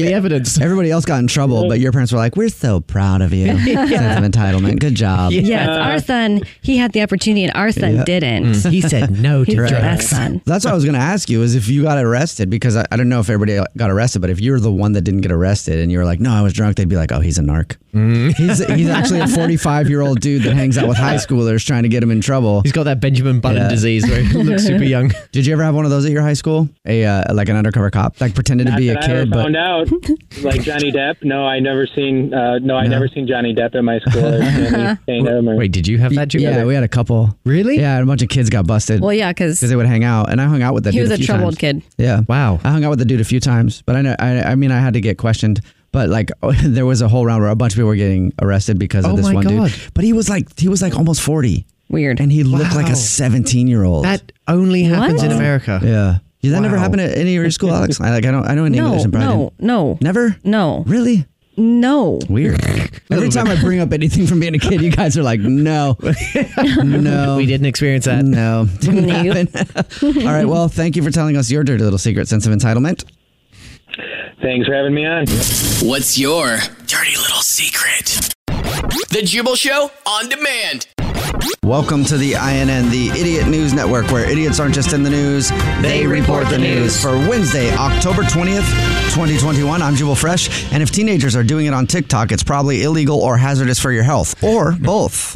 [SPEAKER 2] evidence. Mm-hmm. Everybody else got in trouble, but your parents were like, "We're so proud of you."
[SPEAKER 6] Yeah.
[SPEAKER 2] Sense of entitlement. Good job.
[SPEAKER 6] Yes,
[SPEAKER 14] Uh,
[SPEAKER 6] our son, he had the opportunity and our son
[SPEAKER 2] Yeah.
[SPEAKER 6] didn't.
[SPEAKER 7] Mm.
[SPEAKER 6] He's
[SPEAKER 2] Right.
[SPEAKER 6] the best son.
[SPEAKER 2] That's what I was going to ask you is if you got arrested because I, I don't know if everybody got arrested, but if you were the one that didn't get arrested and you were like, no, I was drunk, they'd be like, oh, he's a narc. He's, he's actually a 45 year old dude that hangs out with high schoolers trying to get him in trouble. He's
[SPEAKER 7] got that Benjamin Button disease where he looks super young.
[SPEAKER 2] Did you ever have one of those at your high school? A uh, like an undercover cop, like pretended to be a
[SPEAKER 14] Not that I ever
[SPEAKER 2] kid, but
[SPEAKER 14] found out, like Johnny Depp. No, I never seen. Uh, no, I never seen Johnny Depp at my school. Or anything of him or-
[SPEAKER 7] Wait, did you have that? Jim?
[SPEAKER 2] yeah, we had a couple.
[SPEAKER 7] Really?
[SPEAKER 2] Yeah, a bunch of kids got busted.
[SPEAKER 6] Well, yeah, 'cause-
[SPEAKER 2] they would hang out, and I hung out with that.
[SPEAKER 6] He was
[SPEAKER 2] dude a,
[SPEAKER 6] a
[SPEAKER 2] few
[SPEAKER 6] troubled kid.
[SPEAKER 2] times. Yeah. Wow. I hung out with the dude a few times, but I know. I, I mean, I had to get questioned. But like, there was a whole round where a bunch of people were getting arrested because of
[SPEAKER 7] Oh
[SPEAKER 2] this
[SPEAKER 7] my
[SPEAKER 2] one
[SPEAKER 7] God.
[SPEAKER 2] dude. But he was like, he was like almost forty.
[SPEAKER 6] Weird.
[SPEAKER 2] And he looked like
[SPEAKER 7] Wow.
[SPEAKER 2] a seventeen-year-old.
[SPEAKER 7] That only happens in
[SPEAKER 2] Wow.
[SPEAKER 7] America.
[SPEAKER 2] Yeah. Yeah, that never
[SPEAKER 7] Wow.
[SPEAKER 2] happened at any of your school, Alex. I like. I don't. I know in
[SPEAKER 6] No,
[SPEAKER 2] English. and probably
[SPEAKER 6] no, no.
[SPEAKER 2] Never.
[SPEAKER 6] No.
[SPEAKER 2] Really?
[SPEAKER 6] No.
[SPEAKER 2] Weird. Every time I bring up anything from being a kid, you guys are like, no, no, we didn't experience that. No, didn't happen. All right. Well, thank you for telling us your dirty little secret sense of entitlement.
[SPEAKER 14] Thanks for having me on.
[SPEAKER 9] What's your dirty little secret? The Jubal Show on demand.
[SPEAKER 2] Welcome to the INN, the Idiot News Network, where idiots aren't just in the news, they, report the news. For Wednesday, October 20th, 2021, I'm Jubal Fresh, and if teenagers are doing it on TikTok, it's probably illegal or hazardous for your health, or both.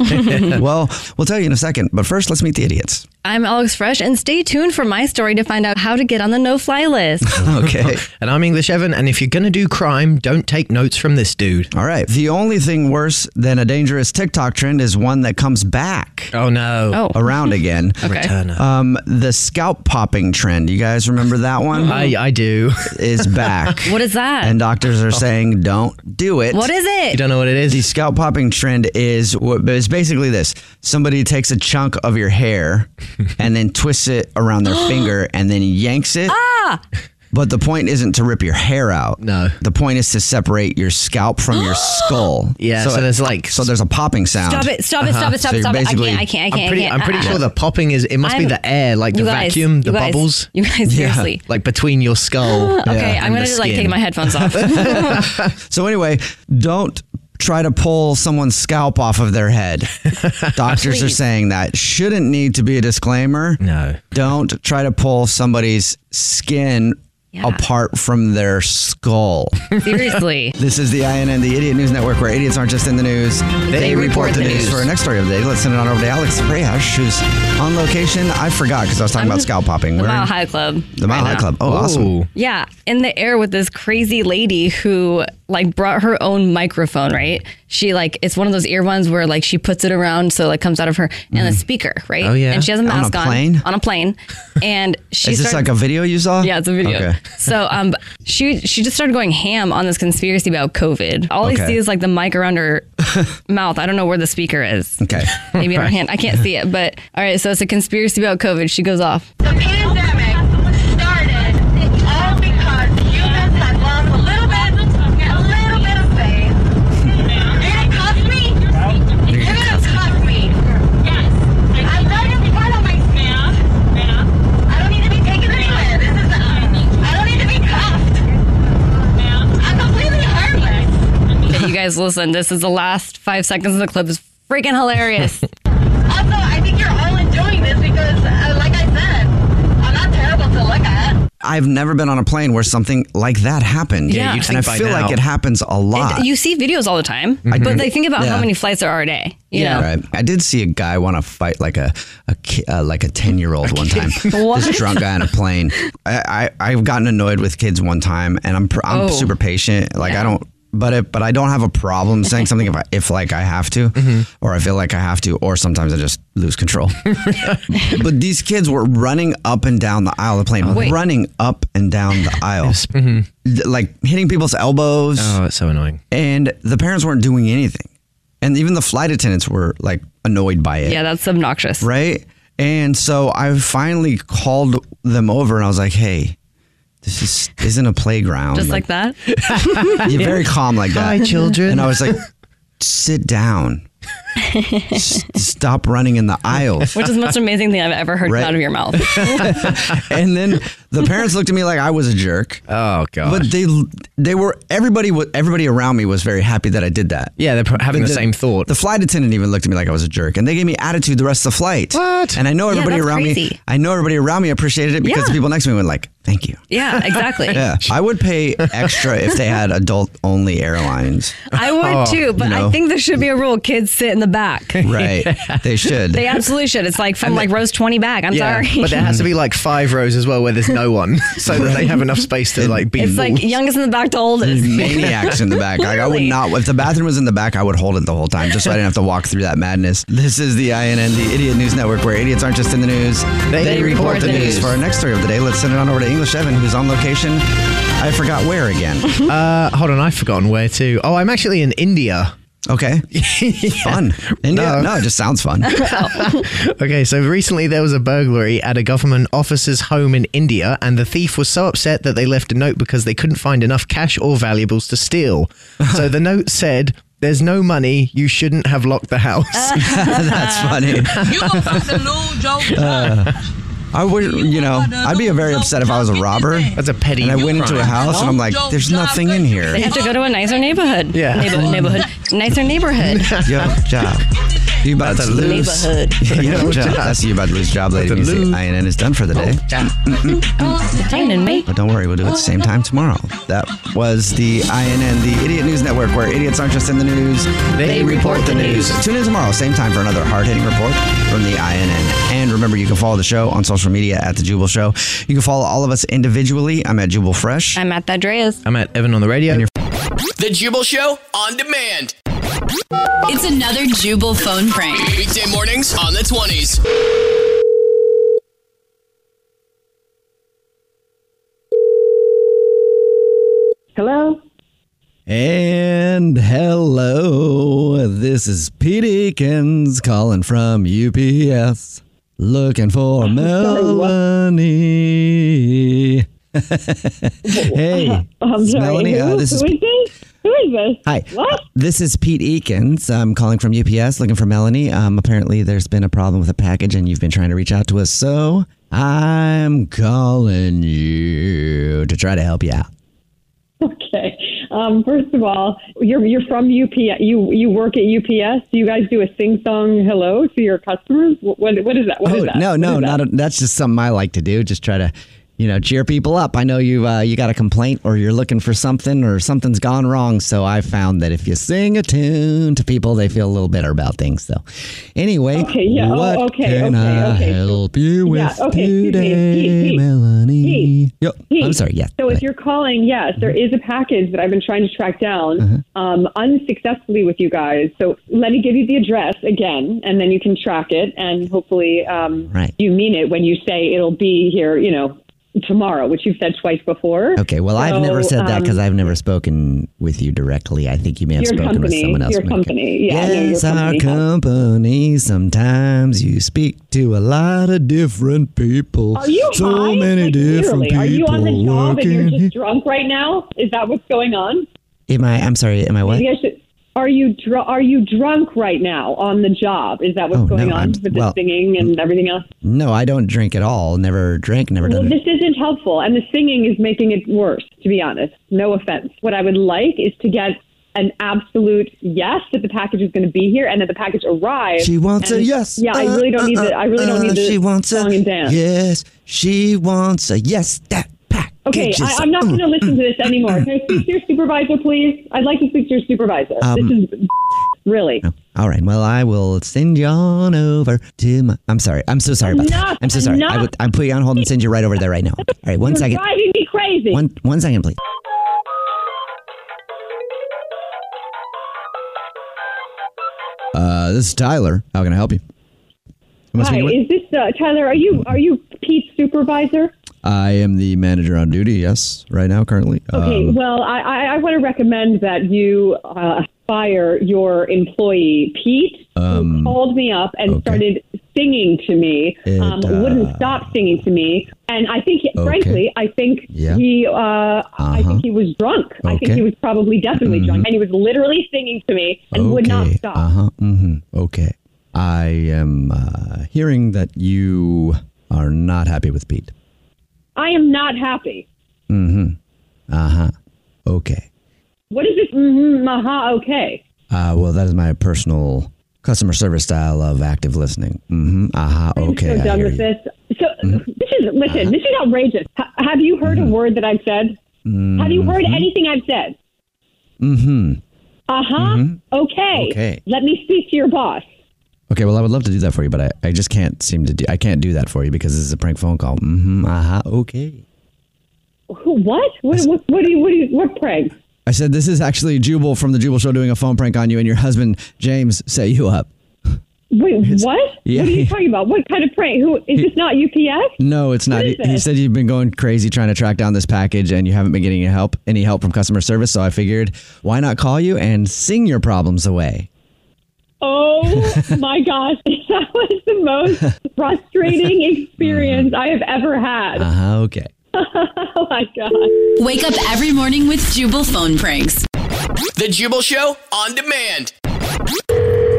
[SPEAKER 2] well, we'll tell you in a second, but first, let's meet the idiots.
[SPEAKER 6] I'm Alex Fresh, and stay tuned for my story to find out how to get on the no fly list.
[SPEAKER 2] okay.
[SPEAKER 7] and I'm English Evan, and if you're going to do crime, don't take notes from this dude.
[SPEAKER 2] All right. The only thing worse than a dangerous TikTok trend is one that comes back.
[SPEAKER 7] Oh, no.
[SPEAKER 6] Oh.
[SPEAKER 2] Around again.
[SPEAKER 7] Okay. Returner.
[SPEAKER 2] Um, the scalp popping trend. You guys remember that one?
[SPEAKER 7] I- I do.
[SPEAKER 2] Is back.
[SPEAKER 6] What is that?
[SPEAKER 2] And doctors are saying don't do it.
[SPEAKER 6] What is it? You
[SPEAKER 2] don't know what it is? The scalp popping trend is what is basically this. Somebody takes a chunk of your hair and then twists it around their finger and then yanks it.
[SPEAKER 6] Ah!
[SPEAKER 2] But the point isn't to rip your hair out. No. The point is to separate your scalp from your skull.
[SPEAKER 7] Yeah, so there's
[SPEAKER 2] like so there's a popping sound. Uh-huh.
[SPEAKER 6] Stop it, stop it, stop it, stop it,
[SPEAKER 2] So you're
[SPEAKER 6] stop it. I
[SPEAKER 2] basically-
[SPEAKER 6] can't, I can't, I can't.
[SPEAKER 7] I'm pretty,
[SPEAKER 6] I
[SPEAKER 7] I'm
[SPEAKER 6] can't.
[SPEAKER 7] pretty
[SPEAKER 6] Uh-uh.
[SPEAKER 7] sure the popping is. It must be
[SPEAKER 6] I'm-
[SPEAKER 7] the air, like the
[SPEAKER 6] You guys,
[SPEAKER 7] vacuum, the
[SPEAKER 6] you guys,
[SPEAKER 7] bubbles.
[SPEAKER 6] you guys, seriously.
[SPEAKER 7] like between your
[SPEAKER 2] Oh,
[SPEAKER 7] skull.
[SPEAKER 6] Okay, I'm
[SPEAKER 7] and
[SPEAKER 6] gonna
[SPEAKER 7] the
[SPEAKER 6] like
[SPEAKER 7] skin.
[SPEAKER 6] take my headphones off.
[SPEAKER 2] So anyway, don't try to pull someone's scalp off of their head. Doctors are
[SPEAKER 7] Please.
[SPEAKER 2] saying that shouldn't need to be a disclaimer. No. Don't try to pull somebody's skin apart from their skull.
[SPEAKER 6] Seriously.
[SPEAKER 2] this is the INN, the Idiot News Network, where idiots aren't just in the news. They, report, the, news. For our next story of the day, let's send it on over to Alex Preash, who's on location. I forgot because I was talking about scalp popping.
[SPEAKER 6] the
[SPEAKER 2] We're
[SPEAKER 6] Mile
[SPEAKER 2] in
[SPEAKER 6] High Club.
[SPEAKER 2] The Mile High Club. Oh, awesome.
[SPEAKER 6] Yeah, in the air with this crazy lady who like brought her own microphone, right? She like it's one of those ear ones where like she puts it around so it like comes out of her and a speaker, right?
[SPEAKER 2] Oh, yeah.
[SPEAKER 6] And she has a
[SPEAKER 2] On a
[SPEAKER 6] mask on
[SPEAKER 2] plane?
[SPEAKER 6] on a plane. And she
[SPEAKER 2] Is this
[SPEAKER 6] started-
[SPEAKER 2] like a video Oh, you saw?
[SPEAKER 6] Yeah, it's a video.
[SPEAKER 2] Okay.
[SPEAKER 6] So um she she just started going ham on this conspiracy about COVID. All I
[SPEAKER 2] Okay.
[SPEAKER 6] see is like the mic around her mouth. I don't know where the speaker is.
[SPEAKER 2] Okay.
[SPEAKER 6] Maybe in her hand. I can't see it, but all right, so it's a conspiracy about COVID. She goes off.
[SPEAKER 15] pandemic started all because humans had lost a little bit, a little bit of faith. Did it cost me? Did it cost me? Yes. I learned in front of myself. I don't need to be taken anywhere. This is a, I don't need to be cuffed. I'm completely harmless.
[SPEAKER 6] Okay, you guys listen. This is the last five seconds of the clip. is freaking hilarious.
[SPEAKER 15] Also, I think you're all enjoying this because, uh, like I said, I'm not terrible to look at.
[SPEAKER 2] I've never been on a plane where something like that happened.
[SPEAKER 6] Yeah, Yeah. you'd
[SPEAKER 2] and
[SPEAKER 6] think
[SPEAKER 2] I
[SPEAKER 6] by
[SPEAKER 2] feel
[SPEAKER 6] now.
[SPEAKER 2] like it happens a lot.
[SPEAKER 6] It- you see videos all the time,
[SPEAKER 2] I
[SPEAKER 6] but
[SPEAKER 2] do.
[SPEAKER 6] like think about how
[SPEAKER 2] Yeah.
[SPEAKER 6] many flights there are a day. You know,
[SPEAKER 2] Right. I did see a guy want to fight like a, a ki- uh, like a ten year old one time.
[SPEAKER 6] What?
[SPEAKER 2] This drunk guy on a plane. I, I I've gotten annoyed with kids one time, and I'm pr- I'm
[SPEAKER 8] Oh.
[SPEAKER 2] super patient. Like I don't. But it, but I don't have a problem saying something if I, if like I have to, or I feel like I have to, or sometimes I just lose control. but these kids were running up and down the aisle of the plane,
[SPEAKER 8] Wait.
[SPEAKER 2] running up and down the aisle, like hitting people's elbows.
[SPEAKER 8] Oh, it's so annoying.
[SPEAKER 2] And the parents weren't doing anything, and even the flight attendants were like annoyed by it.
[SPEAKER 6] yeah, that's obnoxious.
[SPEAKER 2] Right. And so I finally called them over and I was like, hey, this is, isn't a playground.
[SPEAKER 6] Just like that.
[SPEAKER 2] Oh, You're very calm like that.
[SPEAKER 6] Hi, children.
[SPEAKER 2] And I was like, sit down. S- Stop running in the aisles.
[SPEAKER 6] Which is the most amazing thing I've ever heard
[SPEAKER 2] Right.
[SPEAKER 6] come out of your mouth.
[SPEAKER 2] and then the parents looked at me like I was a jerk. Oh god! But they they were everybody was everybody around me was very happy that I did that.
[SPEAKER 7] Yeah, they're pro- having the same
[SPEAKER 2] thought. The flight attendant even looked at me like I was a jerk, and they gave me attitude the rest of the flight. What? And I know
[SPEAKER 6] Yeah,
[SPEAKER 2] everybody
[SPEAKER 6] that's
[SPEAKER 2] around me.
[SPEAKER 6] crazy.
[SPEAKER 2] I know everybody around me appreciated it because
[SPEAKER 6] Yeah.
[SPEAKER 2] the people next to me were like, "Thank you."
[SPEAKER 6] yeah, exactly.
[SPEAKER 2] Yeah, I would pay extra if they had adult only airlines.
[SPEAKER 6] I
[SPEAKER 2] Oh,
[SPEAKER 6] would too, but
[SPEAKER 2] You know?
[SPEAKER 6] I think there should be a rule: kids sit in the back.
[SPEAKER 2] right. They should.
[SPEAKER 6] They absolutely should. It's like from like rows twenty back. I'm
[SPEAKER 7] yeah,
[SPEAKER 6] sorry,
[SPEAKER 7] but there has to be like five rows as well where there's no one, so that they have enough space to like be.
[SPEAKER 6] It's like youngest in the back to oldest.
[SPEAKER 2] maniacs in the back. Like I would
[SPEAKER 6] Literally.
[SPEAKER 2] not. If the bathroom was in the back, I would hold it the whole time, just so I didn't have to walk through that madness. This is the INN, the Idiot News Network, where idiots aren't just in the news; they, report the news. For our next story of the day, let's send it on over to English Evan, who's on location. I forgot where again.
[SPEAKER 7] uh, hold on, I've forgotten where to. Oh, I'm actually in India.
[SPEAKER 2] Okay, fun. India?
[SPEAKER 7] No.
[SPEAKER 2] no, it just sounds fun.
[SPEAKER 7] okay, so recently there was a burglary at a government officer's home in India, and the thief was so upset that they left a note because they couldn't find enough cash or valuables to steal. so the note said, There's no money, you shouldn't have locked the house.
[SPEAKER 2] That's funny. Uh, I would, you know, I'd be very upset if I was a robber. That's
[SPEAKER 7] a petty.
[SPEAKER 2] And I went into a
[SPEAKER 7] crime.
[SPEAKER 2] house and I'm like, "There's nothing in here."
[SPEAKER 6] They have to go to a nicer neighborhood.
[SPEAKER 2] Yeah.
[SPEAKER 6] Neighborhood. neighborhood. Nicer neighborhood.
[SPEAKER 2] Yo, job. You about
[SPEAKER 6] That's a
[SPEAKER 2] to lose.
[SPEAKER 6] neighborhood.
[SPEAKER 2] Yo, job. That's you about to lose job, lady. Music. INN is done for the day. Mm-mm.
[SPEAKER 6] Entertaining me.
[SPEAKER 2] But don't worry, we'll do it the same time tomorrow. That was the INN, the Idiot News Network, where idiots aren't just in the news, they, report the news. Tune in tomorrow, same time, for another hard hitting report from the INN. And remember, you can follow the show on social media at The Jubal Show. You can follow all of us individually. I'm at Jubal Fresh.
[SPEAKER 6] I'm at That Dreas.
[SPEAKER 7] I'm at Evan on the radio.
[SPEAKER 9] The Jubal Show on demand.
[SPEAKER 16] It's another Jubal phone prank.
[SPEAKER 9] Weekday mornings on the 20s.
[SPEAKER 2] Hello. And hello, this is Pete Eakins calling from UPS, looking for Melanie. hey,
[SPEAKER 17] I'm
[SPEAKER 2] it's
[SPEAKER 17] sorry.
[SPEAKER 2] Melanie.
[SPEAKER 17] who,
[SPEAKER 2] Uh, this is
[SPEAKER 17] who
[SPEAKER 2] Pete-
[SPEAKER 17] is this? Who is this?
[SPEAKER 2] Hi.
[SPEAKER 17] What?
[SPEAKER 2] This is Pete Eakins. I'm calling from UPS looking for Melanie. Um, apparently, there's been a problem with a package and you've been trying to reach out to us. So I'm calling you to try to help you out.
[SPEAKER 17] Okay. Um, first of all, you're you're from UPS. You you work at UPS. Do you guys do a sing song hello to your customers? What what, what is that? What is
[SPEAKER 2] Oh,
[SPEAKER 17] that?
[SPEAKER 2] no,
[SPEAKER 17] What
[SPEAKER 2] no,
[SPEAKER 17] is
[SPEAKER 2] not a, that's just something I like to do. Just try to, you know, cheer people up. I know you uh, you got a complaint or you're looking for something or something's gone wrong. So I found that if you sing a tune to people, they feel a little better about things. So anyway,
[SPEAKER 17] Okay, yeah, oh,
[SPEAKER 2] what
[SPEAKER 17] okay,
[SPEAKER 2] can
[SPEAKER 17] okay,
[SPEAKER 2] I
[SPEAKER 17] okay, so-
[SPEAKER 2] help you
[SPEAKER 17] yeah,
[SPEAKER 2] with
[SPEAKER 17] okay, excuse me,
[SPEAKER 2] today,
[SPEAKER 17] Pete, Pete,
[SPEAKER 2] Melanie?
[SPEAKER 17] Pete,
[SPEAKER 2] Yo,
[SPEAKER 17] Pete,
[SPEAKER 2] I'm sorry. Yes.
[SPEAKER 17] So if you're calling, yes, there
[SPEAKER 2] Mm-hmm.
[SPEAKER 17] is a package that I've been trying to track down um, unsuccessfully with you guys. So let me give you the address again, and then you can track it, and hopefully um,
[SPEAKER 2] Right.
[SPEAKER 17] you mean it when you say it'll be here, you know, tomorrow, which you've said twice before.
[SPEAKER 2] Okay, well, I've never
[SPEAKER 17] So,
[SPEAKER 2] said that because
[SPEAKER 17] um,
[SPEAKER 2] I've never spoken with you directly. I think you may have
[SPEAKER 17] your
[SPEAKER 2] spoken with
[SPEAKER 17] company,
[SPEAKER 2] someone else.
[SPEAKER 17] Your
[SPEAKER 2] Okay.
[SPEAKER 17] company, yeah. no, your
[SPEAKER 2] yes, our
[SPEAKER 17] company has-
[SPEAKER 2] company. Sometimes you speak to a lot of different people.
[SPEAKER 17] Are you
[SPEAKER 2] so
[SPEAKER 17] high?
[SPEAKER 2] many
[SPEAKER 17] Like,
[SPEAKER 2] different
[SPEAKER 17] literally,
[SPEAKER 2] people
[SPEAKER 17] Are you on the job and
[SPEAKER 2] working.
[SPEAKER 17] you're just drunk right now? Is that what's going on?
[SPEAKER 2] am I? I'm sorry. Am I what?
[SPEAKER 17] Maybe I should. Are you dr- are you drunk right now on the job? Is that what's
[SPEAKER 2] Oh,
[SPEAKER 17] going
[SPEAKER 2] no,
[SPEAKER 17] on
[SPEAKER 2] I'm-
[SPEAKER 17] with
[SPEAKER 2] well,
[SPEAKER 17] the singing and everything else?
[SPEAKER 2] No, I don't drink at all. Never drank. Never
[SPEAKER 17] Well,
[SPEAKER 2] done
[SPEAKER 17] this isn't helpful, and the singing is making it worse. To be honest, no offense. What I would like is to get an absolute yes that the package is going to be here and that the package arrives.
[SPEAKER 2] She wants
[SPEAKER 17] and-
[SPEAKER 2] a yes.
[SPEAKER 17] Yeah, I
[SPEAKER 2] Uh,
[SPEAKER 17] really don't need
[SPEAKER 2] uh,
[SPEAKER 17] the. I really
[SPEAKER 2] uh,
[SPEAKER 17] don't need the
[SPEAKER 2] She wants
[SPEAKER 17] song
[SPEAKER 2] a
[SPEAKER 17] and dance.
[SPEAKER 2] yes. She wants a yes. That
[SPEAKER 17] Okay,
[SPEAKER 18] Get
[SPEAKER 17] I,
[SPEAKER 18] yourself-
[SPEAKER 17] I'm not
[SPEAKER 2] Mm,
[SPEAKER 17] going to listen to this anymore. Can I speak to your supervisor, please? I'd like to speak to your supervisor.
[SPEAKER 2] Um,
[SPEAKER 17] this is really.
[SPEAKER 18] All right. Well, I will send you on over to my. I'm sorry. I'm so sorry about
[SPEAKER 17] Enough,
[SPEAKER 18] that. I'm so sorry. I
[SPEAKER 17] enough.
[SPEAKER 18] would, I'll put you on hold and send you right over there right now. All right. One
[SPEAKER 17] You're
[SPEAKER 18] second.
[SPEAKER 17] driving me crazy.
[SPEAKER 18] One one second, please.
[SPEAKER 2] Uh, this is Tyler. How can I help you? Am I
[SPEAKER 17] Hi,
[SPEAKER 2] speaking with-
[SPEAKER 17] is this uh, Tyler? Are you are you Pete's supervisor?
[SPEAKER 2] I am the manager on duty. Yes, right now, currently.
[SPEAKER 17] Okay,
[SPEAKER 2] Um,
[SPEAKER 17] well, I, I, I want to recommend that you uh, fire your employee, Pete, who called me up and started singing to me,
[SPEAKER 15] Hmm. It,
[SPEAKER 17] um,
[SPEAKER 15] uh,
[SPEAKER 17] wouldn't stop singing to me. And I think, he-
[SPEAKER 15] Okay.
[SPEAKER 17] frankly, I think
[SPEAKER 15] Yeah. Uh-huh.
[SPEAKER 17] he, uh, I think he was drunk. I think
[SPEAKER 2] Okay.
[SPEAKER 17] he was probably definitely
[SPEAKER 15] Mm-hmm.
[SPEAKER 17] drunk, and he was literally singing to me and would not
[SPEAKER 2] okay.
[SPEAKER 17] stop.
[SPEAKER 15] Uh-huh.
[SPEAKER 2] Uh huh. Mm-hmm. Okay. I am uh, hearing that you are not happy with Pete.
[SPEAKER 17] I am not happy.
[SPEAKER 2] Mm-hmm. Uh huh. Okay.
[SPEAKER 17] What is this? Mm-hmm, aha, okay.
[SPEAKER 2] Uh, well, that is my personal customer service style of active listening. Mm-hmm. Aha. Uh-huh. Okay.
[SPEAKER 17] so
[SPEAKER 2] I
[SPEAKER 17] done
[SPEAKER 2] hear
[SPEAKER 17] with
[SPEAKER 2] you. Mm-hmm. Uh-huh.
[SPEAKER 17] this. So this is listen. This is outrageous. H- have you heard a word that I've said? Have you heard anything I've said?
[SPEAKER 2] Mm-hmm.
[SPEAKER 17] Uh huh. Okay.
[SPEAKER 2] Okay.
[SPEAKER 17] Let me speak to your boss.
[SPEAKER 2] Okay. Well, I would love to do that for you, but I, I just can't seem to do. I can't do that for you because this is a prank phone call. Mm-hmm. Aha. Uh-huh. Okay.
[SPEAKER 17] Who? What? What? What, what do you? What do you? What prank?
[SPEAKER 2] I said this is actually Jubal from the Jubal Show doing a phone prank on you, and your husband James set you up.
[SPEAKER 17] Wait. what?
[SPEAKER 2] yeah.
[SPEAKER 17] What are you talking about? What kind of prank? Who is this? Not UPS?
[SPEAKER 2] No, it's not.
[SPEAKER 17] What
[SPEAKER 2] He,
[SPEAKER 17] is
[SPEAKER 2] he
[SPEAKER 17] this?
[SPEAKER 2] said you've been going crazy trying to track down this package and you haven't been getting any help, any help from customer service. So I figured, why not call you and sing your problems away?
[SPEAKER 17] Oh my gosh, that was the most frustrating experience I have ever had.
[SPEAKER 2] Uh huh. Okay.
[SPEAKER 17] oh my god.
[SPEAKER 3] Wake up every morning with Jubal phone pranks.
[SPEAKER 9] The Jubal Show on demand.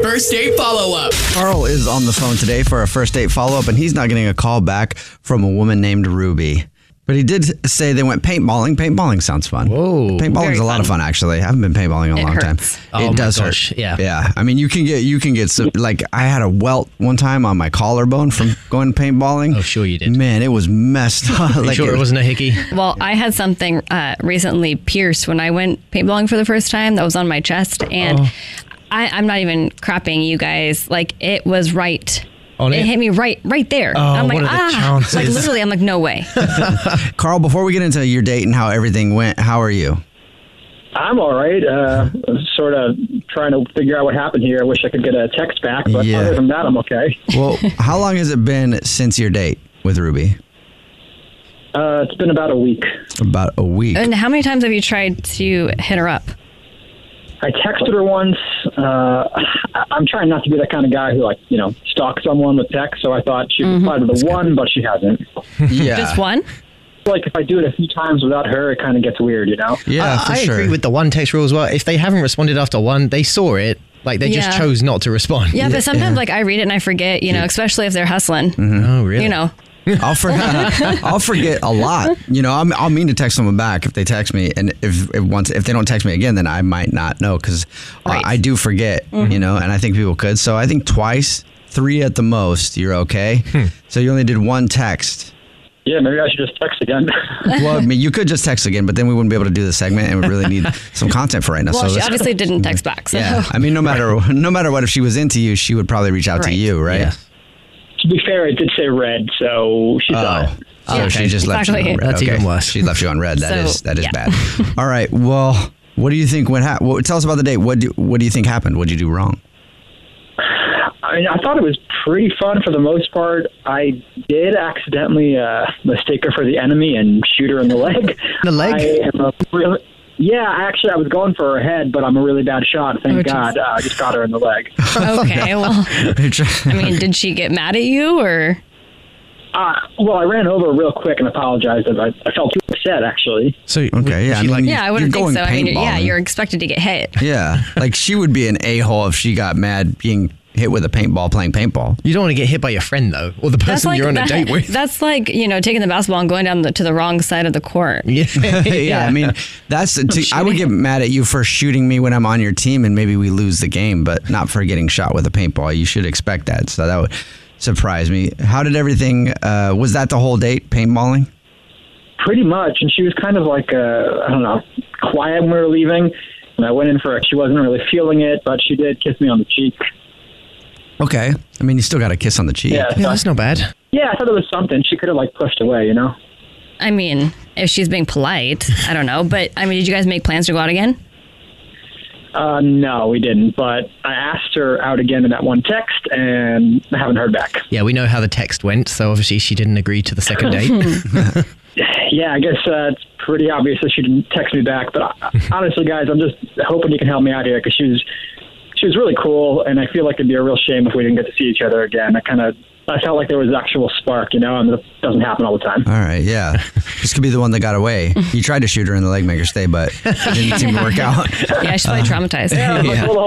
[SPEAKER 9] First date follow up.
[SPEAKER 2] Carl is on the phone today for a first date follow up, and he's not getting a call back from a woman named Ruby. But he did say they went paintballing. Paintballing sounds fun. Whoa.
[SPEAKER 7] Very
[SPEAKER 2] Paintballing's a lot of fun actually. I haven't been paintballing in a
[SPEAKER 7] It
[SPEAKER 2] long
[SPEAKER 7] hurts.
[SPEAKER 2] time.
[SPEAKER 7] Oh
[SPEAKER 2] it
[SPEAKER 7] my
[SPEAKER 2] does
[SPEAKER 7] gosh,
[SPEAKER 2] hurt.
[SPEAKER 7] yeah.
[SPEAKER 2] Yeah. I mean, you can get you can get some, like I had a welt one time on my collarbone from going paintballing. Oh, sure you did. Man, it was messed up.
[SPEAKER 7] You sure it wasn't a hickey?
[SPEAKER 6] Well, I had something uh, recently pierced when I went paintballing for the first time that was on my chest. And
[SPEAKER 7] Oh.
[SPEAKER 6] I, I'm not even crapping you guys. Like, it was right.
[SPEAKER 2] On
[SPEAKER 6] it
[SPEAKER 2] it?
[SPEAKER 6] hit me right right there.
[SPEAKER 2] Oh,
[SPEAKER 6] I'm like,
[SPEAKER 2] what are the
[SPEAKER 6] ah. Like,
[SPEAKER 2] chances?
[SPEAKER 6] literally, I'm like, no way.
[SPEAKER 2] Carl, before we get into your date and how everything went, how are you?
[SPEAKER 11] I'm all right. Uh, sort of trying to figure out what happened here. I wish I could get a text back, but
[SPEAKER 2] Yeah.
[SPEAKER 11] other than that, I'm okay.
[SPEAKER 2] Well, how long has it been since your date with Ruby?
[SPEAKER 11] Uh, it's been about a week.
[SPEAKER 2] About a week.
[SPEAKER 6] and how many times have you tried to hit her up?
[SPEAKER 11] I texted her once. Uh, I- I'm trying not to be that kind of guy who, like, you know, stalks someone with text. So I thought she replied with a one, but she hasn't.
[SPEAKER 2] Yeah.
[SPEAKER 6] Just one?
[SPEAKER 11] Like, if I do it a few times without her, it kind of gets weird, you know?
[SPEAKER 7] I, I agree with the one text rule as well. If they haven't responded after one, they saw it. Like they
[SPEAKER 6] Yeah.
[SPEAKER 7] just chose not to respond.
[SPEAKER 6] Yeah, but sometimes, like, I read it and I forget, you know, especially if they're hustling.
[SPEAKER 7] Oh, really?
[SPEAKER 6] You know,
[SPEAKER 2] I'll, for- I'll forget a lot. You know, I'm, I'll mean to text someone back if they text me, and if, if once if they don't text me again, then I might not know because I do forget.
[SPEAKER 6] Mm-hmm.
[SPEAKER 2] You know, and I think people could. So I think twice, three at the most, you're okay.
[SPEAKER 6] Hmm.
[SPEAKER 2] So you only did one text.
[SPEAKER 11] Yeah, maybe I should just text again.
[SPEAKER 2] well, I mean, you could just text again, but then we wouldn't be able to do the segment, and we really need some content for right now.
[SPEAKER 6] well,
[SPEAKER 2] so
[SPEAKER 6] she
[SPEAKER 2] let's-
[SPEAKER 6] obviously didn't text back. So.
[SPEAKER 2] Yeah, I mean, no matter no matter what, if she was into you, she would probably reach out to
[SPEAKER 6] Right.
[SPEAKER 2] you, right?
[SPEAKER 11] to be fair, it did say red, so she
[SPEAKER 2] Oh, so
[SPEAKER 11] Yeah.
[SPEAKER 2] she just left you
[SPEAKER 11] Exactly.
[SPEAKER 2] on red.
[SPEAKER 11] That's even
[SPEAKER 2] worse. She left you on red. That
[SPEAKER 11] So,
[SPEAKER 2] is that is
[SPEAKER 11] yeah.
[SPEAKER 2] bad. All right. Well, what do you think went? Ha- well, tell us about the date. What do what do you think happened? What did you do wrong?
[SPEAKER 11] I mean, I thought it was pretty fun for the most part. I did accidentally uh, mistake her for the enemy and shoot her in the leg.
[SPEAKER 7] The leg?
[SPEAKER 11] I am a really, yeah, actually, I was going for her head, but I'm a really bad shot. Thank
[SPEAKER 6] Oh, geez.
[SPEAKER 11] God. Uh, I just got her in the leg.
[SPEAKER 6] Okay, well,
[SPEAKER 2] I
[SPEAKER 6] mean, did she get mad at you or?
[SPEAKER 11] Uh, well, I ran over real quick and apologized. I, I felt too upset, actually.
[SPEAKER 7] So,
[SPEAKER 2] okay, yeah, I mean,
[SPEAKER 6] yeah, I
[SPEAKER 2] you're
[SPEAKER 6] wouldn't think
[SPEAKER 2] going
[SPEAKER 6] so. I mean, you're- yeah,
[SPEAKER 2] paintballing.
[SPEAKER 6] you're expected to get hit.
[SPEAKER 2] Yeah, like she would be an a hole if she got mad being hit with a paintball playing paintball.
[SPEAKER 7] You don't want to get hit by your friend though, or the person you're on a
[SPEAKER 6] that-
[SPEAKER 7] date with.
[SPEAKER 6] That's like you know taking the basketball and going down the, to the wrong side of the court.
[SPEAKER 7] Yeah,
[SPEAKER 2] yeah, I mean, that's to, I would get mad at you for shooting me when I'm on your team, and maybe we lose the game, but not for getting shot with a paintball. You should expect that. So that would surprise me. How did everything? Uh, was that the whole date paintballing?
[SPEAKER 11] pretty much. And she was kind of like, uh, I don't know, quiet when we were leaving. And I went in for it. She wasn't really feeling it, but she did kiss me on the cheek.
[SPEAKER 2] Okay. I mean, you still got a kiss on the cheek.
[SPEAKER 11] Yeah, Yeah,
[SPEAKER 7] that's not bad.
[SPEAKER 11] Yeah, I thought it was something. She could have like pushed away, you know.
[SPEAKER 6] I mean, if she's being polite, I don't know. But I mean, did you guys make plans to go out again?
[SPEAKER 11] Uh, no, we didn't. But I asked her out again in that one text, and I haven't heard back.
[SPEAKER 7] Yeah, we know how the text went, so obviously she didn't agree to the second date.
[SPEAKER 11] Yeah, I guess uh, it's pretty obvious that she didn't text me back. But I, honestly, guys, I'm just hoping you can help me out here because she was she was really cool, and I feel like it'd be a real shame if we didn't get to see each other again. I kind of I felt like there was actual spark, you know, and it doesn't happen all the time.
[SPEAKER 2] All right, yeah. This could be the one that got away. You tried to shoot her in the leg, make her stay, but it didn't seem to work out.
[SPEAKER 6] Yeah, she's probably traumatized.
[SPEAKER 2] Yeah, I was Yeah. cool the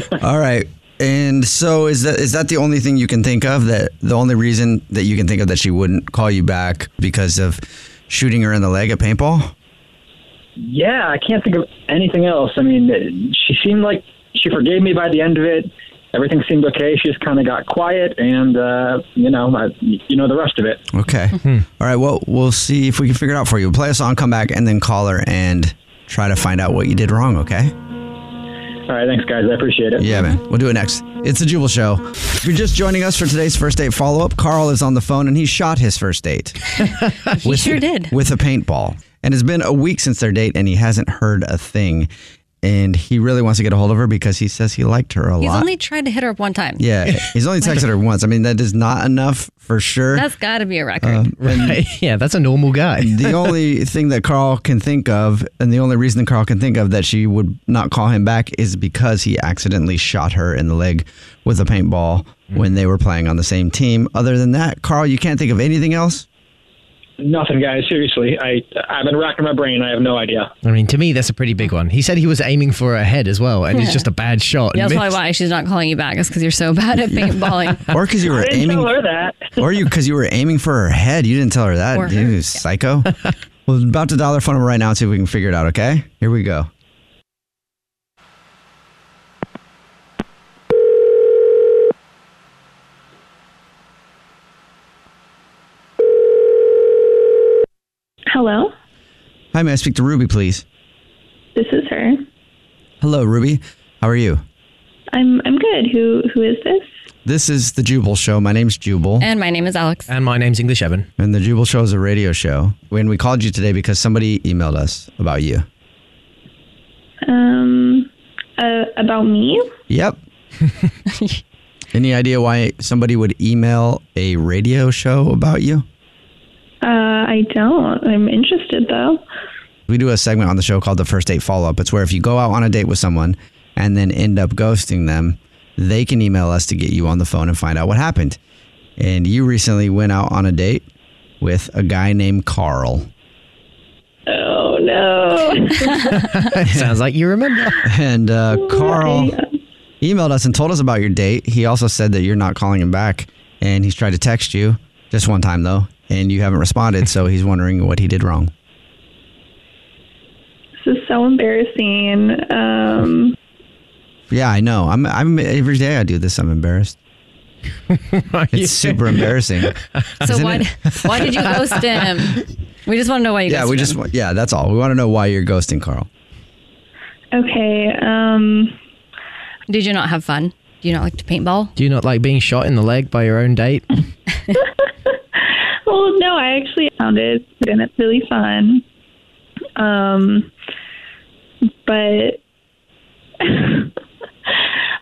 [SPEAKER 11] whole time.
[SPEAKER 2] All right. And so is that is that the only thing you can think of that the only reason that you can think of that she wouldn't call you back because of shooting her in the leg at paintball?
[SPEAKER 11] Yeah, I can't think of anything else. I mean, she seemed like she forgave me by the end of it. Everything seemed okay. She just kind of got quiet, and uh, you know, I, you know the rest of it.
[SPEAKER 2] Okay. All right. Well, we'll see if we can figure it out for you. Play a song, come back, and then call her and try to find out what you did wrong. Okay.
[SPEAKER 11] All right, thanks, guys. I appreciate it.
[SPEAKER 2] Yeah, man. We'll do it next. It's the Jubal Show. If you're just joining us for today's first date follow up, Carl is on the phone and he shot his first date.
[SPEAKER 6] He sure did.
[SPEAKER 2] With a paintball. And it's been a week since their date and he hasn't heard a thing. And he really wants to get a hold of her because he says he liked her a
[SPEAKER 6] He's
[SPEAKER 2] lot.
[SPEAKER 6] only tried to hit her up one time.
[SPEAKER 2] yeah, he's only texted her once. I mean, that is not enough for sure.
[SPEAKER 6] That's got to be a
[SPEAKER 2] Uh,
[SPEAKER 6] record.
[SPEAKER 2] Um, yeah, that's a normal guy. the only thing that Carl can think of, and the only reason that Carl can think of that she would not call him back is because he accidentally shot her in the leg with a paintball when they were playing on the same team. Other than that, Carl, you can't think of anything else?
[SPEAKER 11] Nothing, guys. Seriously, I I've been racking my brain. I have no idea.
[SPEAKER 7] I mean, to me, that's a pretty big one. He said he was aiming for her head as well, and
[SPEAKER 6] Yeah.
[SPEAKER 7] it's just a bad shot. and
[SPEAKER 6] Yeah, that's probably
[SPEAKER 7] missed.
[SPEAKER 6] why she's not calling you back. Is because you're so bad at paintballing.
[SPEAKER 2] Or because you were aiming or you because you were aiming for her head. You didn't tell her that.
[SPEAKER 6] Or
[SPEAKER 2] you psycho. well, about to dial her phone number right now and see if we can figure it out. Okay, here we go.
[SPEAKER 19] Hello,
[SPEAKER 2] Hi, may I speak to Ruby, please?
[SPEAKER 19] this is her.
[SPEAKER 2] Hello, Ruby. How are you?
[SPEAKER 19] I'm I'm good. Who who is this?
[SPEAKER 2] This is the Jubal Show. My name's Jubal.
[SPEAKER 6] And my name is Alex.
[SPEAKER 2] And my name's English Evan. And the Jubal Show is a radio show. When we called you today because somebody emailed us about you.
[SPEAKER 19] Um, uh, about me?
[SPEAKER 2] Yep. Any idea why somebody would email a radio show about you?
[SPEAKER 19] Uh, I don't. I'm interested though.
[SPEAKER 2] We do a segment on the show called the first date follow up. It's where if you go out on a date with someone and then end up ghosting them, they can email us to get you on the phone and find out what happened. And you recently went out on a date with a guy named Carl.
[SPEAKER 19] Oh no.
[SPEAKER 2] Sounds like you remember. And uh, Carl emailed us and told us about your date. He also said that you're not calling him back, and he's tried to text you just one time though, and you haven't responded. So he's wondering what he did wrong.
[SPEAKER 19] this is so embarrassing. Um,
[SPEAKER 2] Yeah, I know. I'm. I'm every day I do this. I'm embarrassed. it's super embarrassing.
[SPEAKER 6] So
[SPEAKER 2] Isn't
[SPEAKER 6] why
[SPEAKER 2] it?
[SPEAKER 6] why did you ghost him? We just want to know why you.
[SPEAKER 2] Yeah,
[SPEAKER 6] ghosted
[SPEAKER 2] we
[SPEAKER 6] him.
[SPEAKER 2] just. want- Yeah, that's all. We want to know why you're ghosting Carl.
[SPEAKER 19] okay. Um,
[SPEAKER 6] did you not have fun? Do you not like to paintball?
[SPEAKER 7] Do you not like being shot in the leg by your own date?
[SPEAKER 19] well, no, I actually found it and it's really fun. Um, but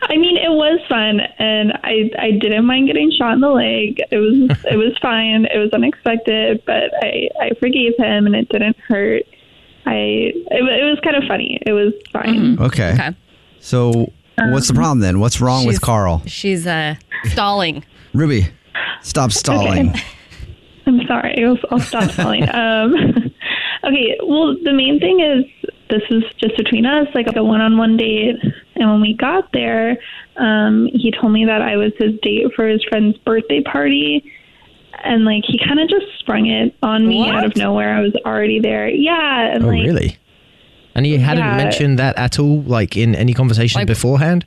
[SPEAKER 19] I mean, it was fun, and I I didn't mind getting shot in the leg. It was it was fine. It was unexpected, but I I forgave him, and it didn't hurt. I it, wa- it was kind of funny. It was fine.
[SPEAKER 6] Hmm.
[SPEAKER 2] Mm-hmm. Okay. So what's the problem then? What's wrong
[SPEAKER 6] Um, She's-
[SPEAKER 2] with Carl?
[SPEAKER 6] She's uh, stalling.
[SPEAKER 2] Ruby, stop stalling.
[SPEAKER 19] I'm sorry. I'll, I'll stop telling. um, okay. Well, the main thing is this is just between us, like a one-on-one date. And when we got there, um, he told me that I was his date for his friend's birthday party, and like he kind of just sprung it on me out of nowhere. I was already there. Yeah. And
[SPEAKER 7] oh,
[SPEAKER 19] like,
[SPEAKER 7] really? And he hadn't
[SPEAKER 19] Yeah.
[SPEAKER 7] mentioned that at all, like in any conversation beforehand?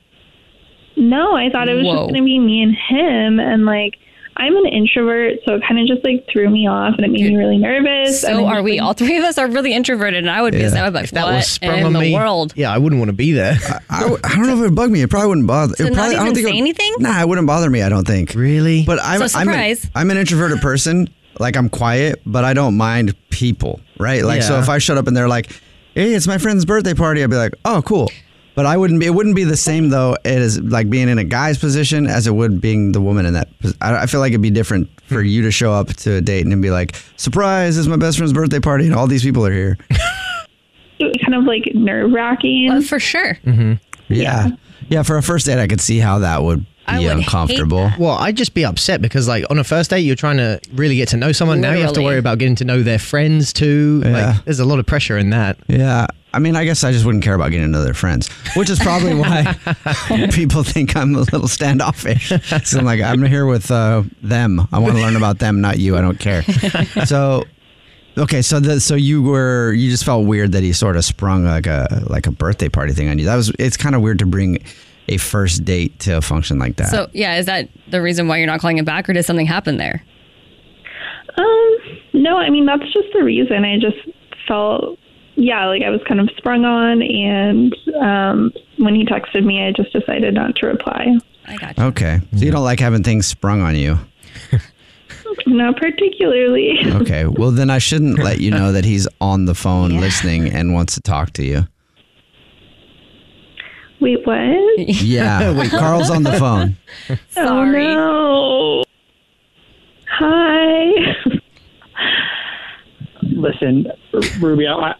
[SPEAKER 19] No, I thought it was
[SPEAKER 7] Whoa.
[SPEAKER 19] just going to be me and him. And like, I'm an introvert, so it kind of just like threw me off and it made me really nervous. And
[SPEAKER 6] So
[SPEAKER 19] then
[SPEAKER 6] are we? All three of us are really introverted, and I would be. I
[SPEAKER 7] Yeah.
[SPEAKER 6] would be like,
[SPEAKER 7] If that
[SPEAKER 6] what
[SPEAKER 7] was sprung
[SPEAKER 6] in
[SPEAKER 7] on
[SPEAKER 6] the
[SPEAKER 7] me,
[SPEAKER 6] world?
[SPEAKER 7] yeah, I wouldn't want to be there.
[SPEAKER 2] I, I don't know if it would bug me. It probably wouldn't bother.
[SPEAKER 6] So
[SPEAKER 2] it
[SPEAKER 6] not
[SPEAKER 2] probably, I
[SPEAKER 6] even
[SPEAKER 2] don't think
[SPEAKER 6] say
[SPEAKER 2] it would,
[SPEAKER 6] anything?
[SPEAKER 2] Nah, it wouldn't bother me. I don't think.
[SPEAKER 7] Really?
[SPEAKER 2] But I'm
[SPEAKER 6] So
[SPEAKER 2] I'm, a,
[SPEAKER 6] surprise.
[SPEAKER 2] I'm an introverted person. Like I'm quiet, but I don't mind people. Right? Like so,
[SPEAKER 7] Yeah.
[SPEAKER 2] if I showed up and they're like, "Hey, it's my friend's birthday party," I'd be like, "Oh, cool." But I wouldn't be. It wouldn't be the same though. It is like being in a guy's position as it would being the woman in that. pos- I, I feel like it'd be different for you to show up to a date and be like, "Surprise! It's my best friend's birthday party, and all these people are here."
[SPEAKER 19] It kind of like nerve wracking. for sure.
[SPEAKER 2] Mm-hmm. Yeah. Yeah, for a first date, I could see how that would be uncomfortable.
[SPEAKER 7] Well, I'd just be upset because, like, on a first date, you're trying to really get to know someone. Now you have to
[SPEAKER 2] Literally.
[SPEAKER 7] worry about getting to know their friends too.
[SPEAKER 2] Yeah.
[SPEAKER 7] Like, there's a lot of pressure in that.
[SPEAKER 2] Yeah. I mean, I guess I just wouldn't care about getting to know their friends, which is probably why people think I'm a little standoffish. So I'm like, I'm here with uh, them. I want to learn about them, not you. I don't care. So, okay, so the, so you were you just felt weird that he sort of sprung like a like a birthday party thing on you. That was it's kind of weird to bring a first date to a function like that.
[SPEAKER 6] So yeah, is that the reason why you're not calling it back, or did something happen there?
[SPEAKER 19] Um, no, I mean that's just the reason. I just felt yeah, like I was kind of sprung on and um when he texted me I just decided not to reply.
[SPEAKER 6] I got
[SPEAKER 2] okay, so you don't like having things sprung on you.
[SPEAKER 19] Not particularly.
[SPEAKER 2] Okay. Well, then I shouldn't let you know that he's on the phone listening and wants to talk to you.
[SPEAKER 19] Wait, what?
[SPEAKER 2] Yeah. Wait, Carl's on the phone.
[SPEAKER 19] Sorry. Oh no. Hi.
[SPEAKER 11] Listen, Ruby, I,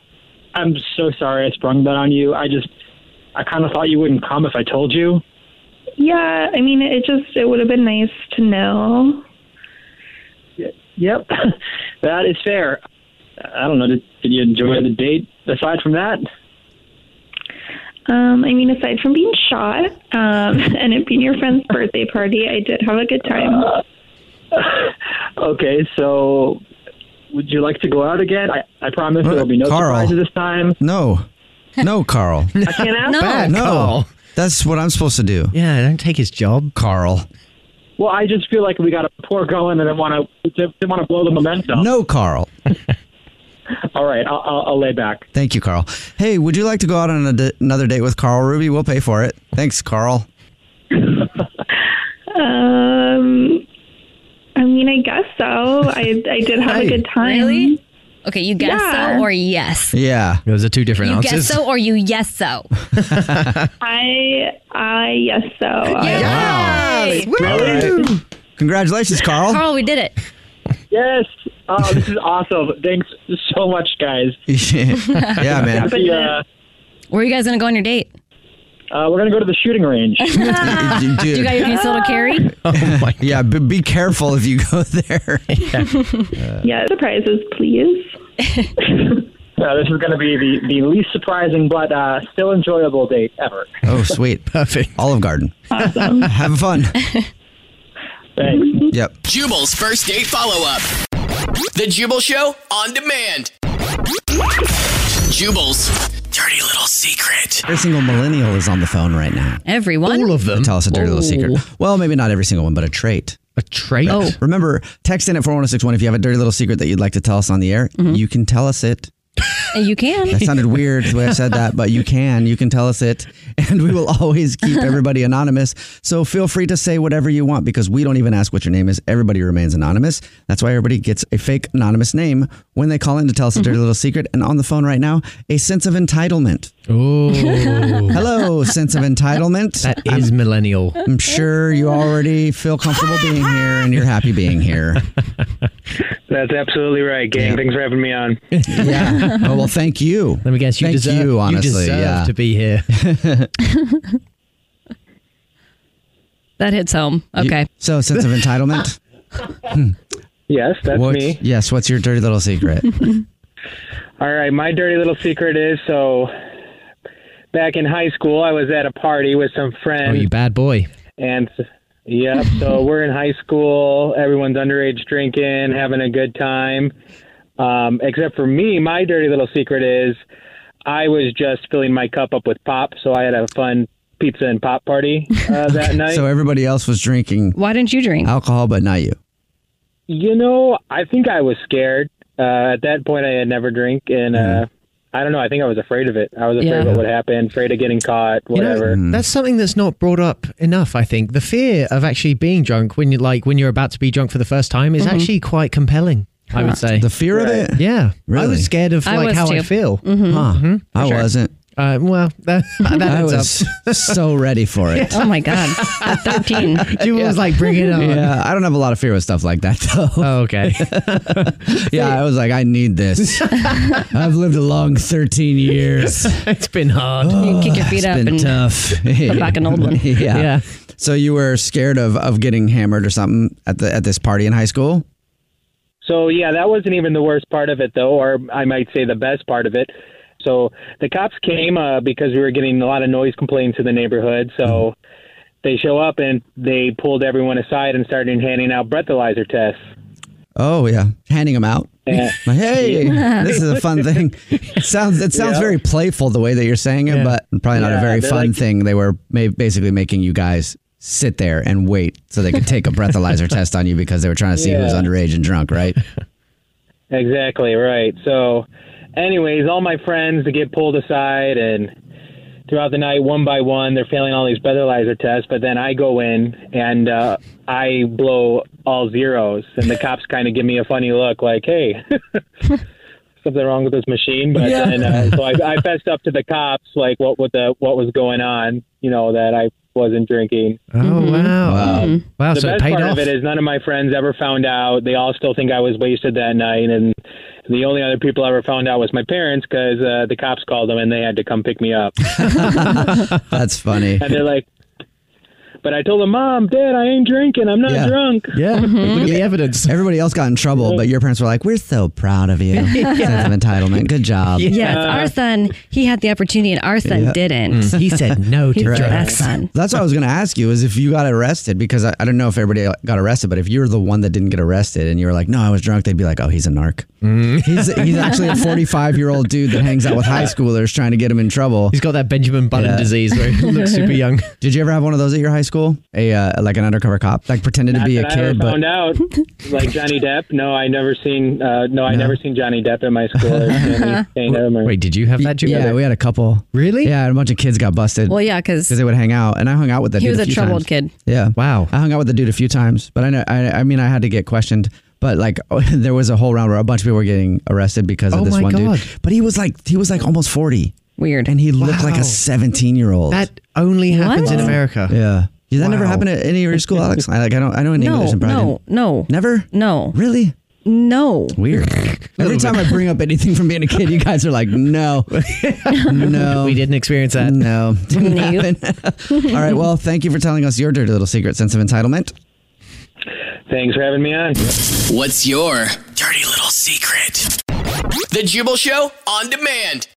[SPEAKER 11] I'm so sorry I sprung that on you. I just, I kind of thought you wouldn't come if I told you.
[SPEAKER 19] Yeah, I mean it just it would have been nice to know.
[SPEAKER 11] Yep, that is fair. I don't know. Did, did you enjoy the date? Aside from that,
[SPEAKER 19] Um, I mean, aside from being shot um, and it being your friend's birthday party, I did have a good time.
[SPEAKER 11] okay. So, would you like to go out again? I, I promise there will be no
[SPEAKER 2] Carl.
[SPEAKER 11] surprises this time.
[SPEAKER 2] No. No, Carl.
[SPEAKER 11] I can't ask.
[SPEAKER 2] Bad, no. That's what I'm supposed to do.
[SPEAKER 7] Yeah, don't take his job.
[SPEAKER 2] Carl.
[SPEAKER 11] Well, I just feel like we got a pour going, and I want to didn't want to blow the momentum.
[SPEAKER 2] No, Carl.
[SPEAKER 11] All right, I'll, I'll, I'll lay back.
[SPEAKER 2] Thank you, Carl. Hey, would you like to go out on a d- another date with Carl Ruby? We'll pay for it. Thanks, Carl.
[SPEAKER 19] Um, I mean, I guess so. I I did have a good time.
[SPEAKER 6] Really? Okay, you guess
[SPEAKER 19] Yeah.
[SPEAKER 6] so or yes.
[SPEAKER 2] Yeah.
[SPEAKER 7] Those are two different
[SPEAKER 6] You guess
[SPEAKER 7] answers.
[SPEAKER 6] so or you yes so.
[SPEAKER 19] I I yes so. Yes.
[SPEAKER 2] All right. Congratulations, Carl.
[SPEAKER 6] Carl, Oh, we did it.
[SPEAKER 11] Yes. Oh, this is awesome. Thanks so much, guys.
[SPEAKER 2] yeah, man.
[SPEAKER 11] Happy, uh,
[SPEAKER 6] Where are you guys gonna go on your date?
[SPEAKER 11] uh, we're gonna go to the shooting range.
[SPEAKER 2] Dude.
[SPEAKER 6] Do you got your pencil to carry?
[SPEAKER 2] Oh my yeah, but be careful if you go there.
[SPEAKER 19] Yeah, surprises, please.
[SPEAKER 11] Uh, this is going to be the, the least surprising but uh, still enjoyable date ever.
[SPEAKER 2] Oh, sweet.
[SPEAKER 7] Perfect.
[SPEAKER 2] Olive Garden. Have fun.
[SPEAKER 11] Thanks.
[SPEAKER 2] Yep.
[SPEAKER 9] Jubal's first date follow up. The Jubal Show on demand. Jubal's dirty little secret.
[SPEAKER 2] Every single millennial is on the phone right now.
[SPEAKER 6] Everyone.
[SPEAKER 2] All of them. Tell us a dirty little secret. Well, maybe not every single one, but a trait.
[SPEAKER 7] A trait?
[SPEAKER 2] Oh. Remember, text in at 41061 if you have a dirty little secret that you'd like to tell us on the air. You can tell us it.
[SPEAKER 6] And You can.
[SPEAKER 2] That sounded weird the way I said that, but you can. You can tell us it. And we will always keep everybody anonymous. So feel free to say whatever you want because we don't even ask what your name is. Everybody remains anonymous. That's why everybody gets a fake anonymous name when they call in to tell us a
[SPEAKER 7] Mm-hmm.
[SPEAKER 2] dirty little secret. And on the phone right now, a sense of entitlement.
[SPEAKER 7] Oh.
[SPEAKER 2] Hello, sense of entitlement. That
[SPEAKER 7] is millennial.
[SPEAKER 2] I'm sure you already feel comfortable being here and you're happy being here.
[SPEAKER 14] That's absolutely right, gang. Thanks for having me on.
[SPEAKER 2] Yeah. Oh, well, thank you. Let me guess.
[SPEAKER 7] You
[SPEAKER 2] thank
[SPEAKER 7] deserve,
[SPEAKER 2] you, honestly.
[SPEAKER 7] deserve
[SPEAKER 2] yeah.
[SPEAKER 7] to be here.
[SPEAKER 6] That hits home.
[SPEAKER 2] You-
[SPEAKER 6] Okay.
[SPEAKER 2] so, sense of entitlement.
[SPEAKER 14] Yes, that's
[SPEAKER 2] What's-
[SPEAKER 14] me.
[SPEAKER 2] Yes. What's your dirty little secret?
[SPEAKER 6] Uh,
[SPEAKER 14] All right, my dirty little secret is so back in high school, I was at a party with some
[SPEAKER 7] oh,
[SPEAKER 14] friends.
[SPEAKER 7] you bad boy.
[SPEAKER 14] And yep, so we're in high school. Everyone's underage drinking, having a good time. Um, except for me, my dirty little secret is I was just filling my cup up with pop, so I had a fun pizza and pop party uh, that night.
[SPEAKER 2] so everybody else was drinking
[SPEAKER 6] Why didn't you drink?
[SPEAKER 2] alcohol, but not you.
[SPEAKER 14] You know, I think I was scared. Uh, at that point, I had never drank, and uh, I don't know. I think I was afraid of it. I was afraid
[SPEAKER 7] Yeah.
[SPEAKER 14] of what would happen, afraid of getting caught, whatever.
[SPEAKER 2] Hmm.
[SPEAKER 7] You know, that's something that's not brought up enough. I think the fear of actually being drunk when you like when you're about to be drunk for the first time is
[SPEAKER 14] Mhm.
[SPEAKER 7] actually quite compelling. I
[SPEAKER 2] Huh.
[SPEAKER 7] would say
[SPEAKER 2] The fear of Right. it?
[SPEAKER 7] Yeah, I
[SPEAKER 2] Really?
[SPEAKER 7] was scared of
[SPEAKER 2] I
[SPEAKER 7] like
[SPEAKER 2] was
[SPEAKER 7] how I
[SPEAKER 2] too.
[SPEAKER 7] feel.
[SPEAKER 2] Mhm. Huh.
[SPEAKER 7] Mhm, for
[SPEAKER 2] I
[SPEAKER 7] sure.
[SPEAKER 2] wasn't.
[SPEAKER 7] Uh, well, that, that
[SPEAKER 2] I
[SPEAKER 7] adds
[SPEAKER 2] was
[SPEAKER 7] up.
[SPEAKER 2] so ready for it.
[SPEAKER 6] Oh my god, at thirteen,
[SPEAKER 7] you was like, bring it on.
[SPEAKER 2] Yeah, I don't have a lot of fear with stuff like that though.
[SPEAKER 7] Oh, okay.
[SPEAKER 2] yeah, I was like, I need this. I've lived a long 13 years. Oh,
[SPEAKER 7] it's been hard.
[SPEAKER 6] You kick your feet
[SPEAKER 2] it's
[SPEAKER 6] up
[SPEAKER 2] been
[SPEAKER 6] and
[SPEAKER 2] tough.
[SPEAKER 6] put back an old one.
[SPEAKER 2] yeah.
[SPEAKER 7] Yeah.
[SPEAKER 2] So you were scared of of getting hammered or something at the at this party in high school?
[SPEAKER 14] So yeah, that wasn't even the worst part of it, though, or I might say the best part of it. So the cops came uh, because we were getting a lot of noise complaints in the neighborhood. So they show up and they pulled everyone aside and started handing out breathalyzer tests.
[SPEAKER 2] Oh yeah, handing them out.
[SPEAKER 14] Yeah.
[SPEAKER 2] Like, hey,
[SPEAKER 14] Yeah.
[SPEAKER 2] this is a fun thing. It sounds it sounds
[SPEAKER 14] Yeah.
[SPEAKER 2] very playful the way that you're saying it, but probably not a
[SPEAKER 14] Yeah,
[SPEAKER 2] very
[SPEAKER 14] they're
[SPEAKER 2] fun
[SPEAKER 14] like-
[SPEAKER 2] thing. They were ma- basically making you guys sit there and wait so they could take a breathalyzer test on you because they were trying to see who was
[SPEAKER 14] Yeah.
[SPEAKER 2] underage and drunk, right?
[SPEAKER 14] Exactly right. So, anyways, all my friends get pulled aside, and throughout the night, one by one, they're failing all these breathalyzer tests. But then I go in and uh, I blow all zeros, and the cops kind of give me a funny look, like, "Hey." Something wrong with this machine, but
[SPEAKER 15] Yeah.
[SPEAKER 14] then uh, so I, I fessed up to the cops, like what what the what was going on, you know, that I wasn't drinking.
[SPEAKER 7] Oh wow, wow!
[SPEAKER 14] the
[SPEAKER 7] so
[SPEAKER 14] best
[SPEAKER 7] it paid
[SPEAKER 14] part
[SPEAKER 7] off.
[SPEAKER 14] of it is none of my friends ever found out. They all still think I was wasted that night, and the only other people ever found out was my parents because uh, the cops called them and they had to come pick me up.
[SPEAKER 2] That's funny.
[SPEAKER 14] and they're like, "But I told them, Mom, Dad, I ain't drinking. I'm not
[SPEAKER 2] Yeah.
[SPEAKER 14] drunk."
[SPEAKER 7] Yeah, look at the evidence.
[SPEAKER 2] Everybody else got in trouble, but your parents were like, "We're so proud of you." Sense of entitlement. Good job.
[SPEAKER 14] Uh,
[SPEAKER 6] Yeah, it's our son. He had the opportunity, and our son
[SPEAKER 2] Yeah.
[SPEAKER 6] didn't.
[SPEAKER 2] Mm. He said
[SPEAKER 7] no
[SPEAKER 6] He's the best son.
[SPEAKER 2] That's what I was going to ask you is if you got arrested because I, I don't know if everybody got arrested, but if you're the one that didn't get arrested and you were like, no, I was drunk, they'd be like, oh, he's a narc.
[SPEAKER 7] Mm.
[SPEAKER 2] He's he's actually a 45 year old dude that hangs out with high schoolers trying to get him in trouble. He's
[SPEAKER 7] got that Benjamin Button disease where he looks super young.
[SPEAKER 2] Did you ever have one of those at your high school? A uh, like an undercover cop, like pretended to
[SPEAKER 14] Not
[SPEAKER 2] be a
[SPEAKER 14] that I ever
[SPEAKER 2] kid, but
[SPEAKER 14] found out, like Johnny Depp. No, I never seen. Uh, no, I never seen Johnny Depp in my school. Or anything of him or-
[SPEAKER 7] Wait, did you have that? Jimmy?
[SPEAKER 2] yeah, we had a couple.
[SPEAKER 7] Really?
[SPEAKER 2] Yeah, a bunch of kids got busted.
[SPEAKER 6] Well, yeah, 'cause-
[SPEAKER 2] they would hang out, and I hung out with that.
[SPEAKER 6] He
[SPEAKER 2] dude
[SPEAKER 6] was a
[SPEAKER 2] few
[SPEAKER 6] troubled kid.
[SPEAKER 2] times. Yeah.
[SPEAKER 7] Wow.
[SPEAKER 2] I hung out with the dude a few times, but I know. I, I mean, I had to get questioned. But like, there was a whole round where a bunch of people were getting arrested because
[SPEAKER 7] Oh
[SPEAKER 2] of this
[SPEAKER 7] my
[SPEAKER 2] one
[SPEAKER 7] God.
[SPEAKER 2] dude. But he was like, he was like almost forty.
[SPEAKER 6] Weird.
[SPEAKER 2] And he looked like
[SPEAKER 7] Wow.
[SPEAKER 2] a seventeen-year-old.
[SPEAKER 7] That only happens in America.
[SPEAKER 2] Yeah. Yeah, that never
[SPEAKER 7] Wow.
[SPEAKER 2] happened at any of your school, Alex. I, like, I don't, I know a name
[SPEAKER 6] No,
[SPEAKER 2] that's in Brighton.
[SPEAKER 6] no, no,
[SPEAKER 2] Never.
[SPEAKER 6] no,
[SPEAKER 2] Really?
[SPEAKER 6] no.
[SPEAKER 2] Weird. Every time I bring up anything from being a kid, you guys are like, no, no,
[SPEAKER 7] we didn't experience that.
[SPEAKER 2] no, didn't
[SPEAKER 6] Nope.
[SPEAKER 2] happen. All right. Well, thank you for telling us your dirty little secret sense of entitlement.
[SPEAKER 14] Thanks for having me on.
[SPEAKER 9] What's your dirty little secret? The Jubal Show on demand.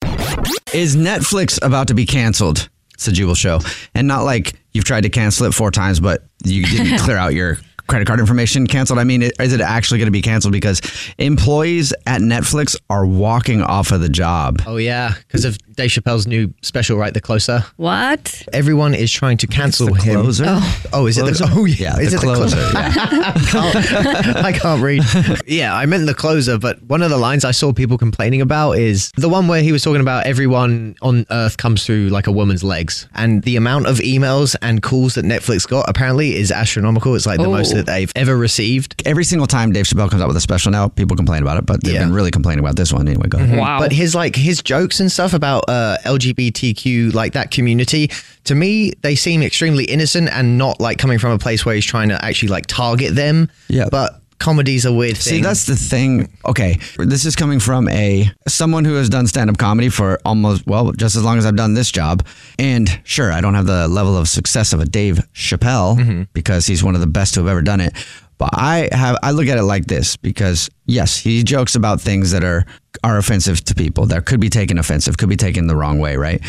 [SPEAKER 2] Is Netflix about to be canceled? It's a Jubal show, and not like you've tried to cancel it four times, but you didn't clear out your credit card information. Canceled. I mean, i- is it actually going to be canceled? Because employees at Netflix are walking off of the job.
[SPEAKER 7] Oh yeah, because of Dave Chappelle's new special, right? The closer.
[SPEAKER 6] What?
[SPEAKER 7] Everyone is trying to cancel
[SPEAKER 2] the
[SPEAKER 7] him.
[SPEAKER 2] closer?
[SPEAKER 7] Oh, is it
[SPEAKER 2] Closer?
[SPEAKER 7] the? Oh yeah,
[SPEAKER 2] Yeah,
[SPEAKER 7] is
[SPEAKER 2] the
[SPEAKER 7] it the
[SPEAKER 2] closer,
[SPEAKER 7] can't- I can't read. Yeah, I meant the closer, but one of the lines I saw people complaining about is the one where he was talking about everyone on Earth comes through like a woman's legs, and the amount of emails and calls that Netflix got apparently is astronomical. It's like the most
[SPEAKER 2] Oh.
[SPEAKER 7] that they've ever received.
[SPEAKER 2] Every single time Dave Chappelle comes out with a special now, people complain about it, but they've been really complaining about this one. Anyway, go ahead.
[SPEAKER 7] Mm-hmm. But his like his jokes and stuff about uh, LGBTQ like that community to me they seem extremely innocent and not like coming from a place where he's trying to actually like target them. Yeah. But comedy's a weird
[SPEAKER 2] See,
[SPEAKER 7] thing.
[SPEAKER 2] that's the thing. Okay, this is coming from a someone who has done stand-up comedy for almost well, just as long as I've done this job. And sure, I don't have the level of success of a Dave Chappelle because he's one of the best to have ever done it. But I have I look at it like this because yes, he jokes about things that are are offensive to people that could be taken offensive, could be taken the wrong way, right?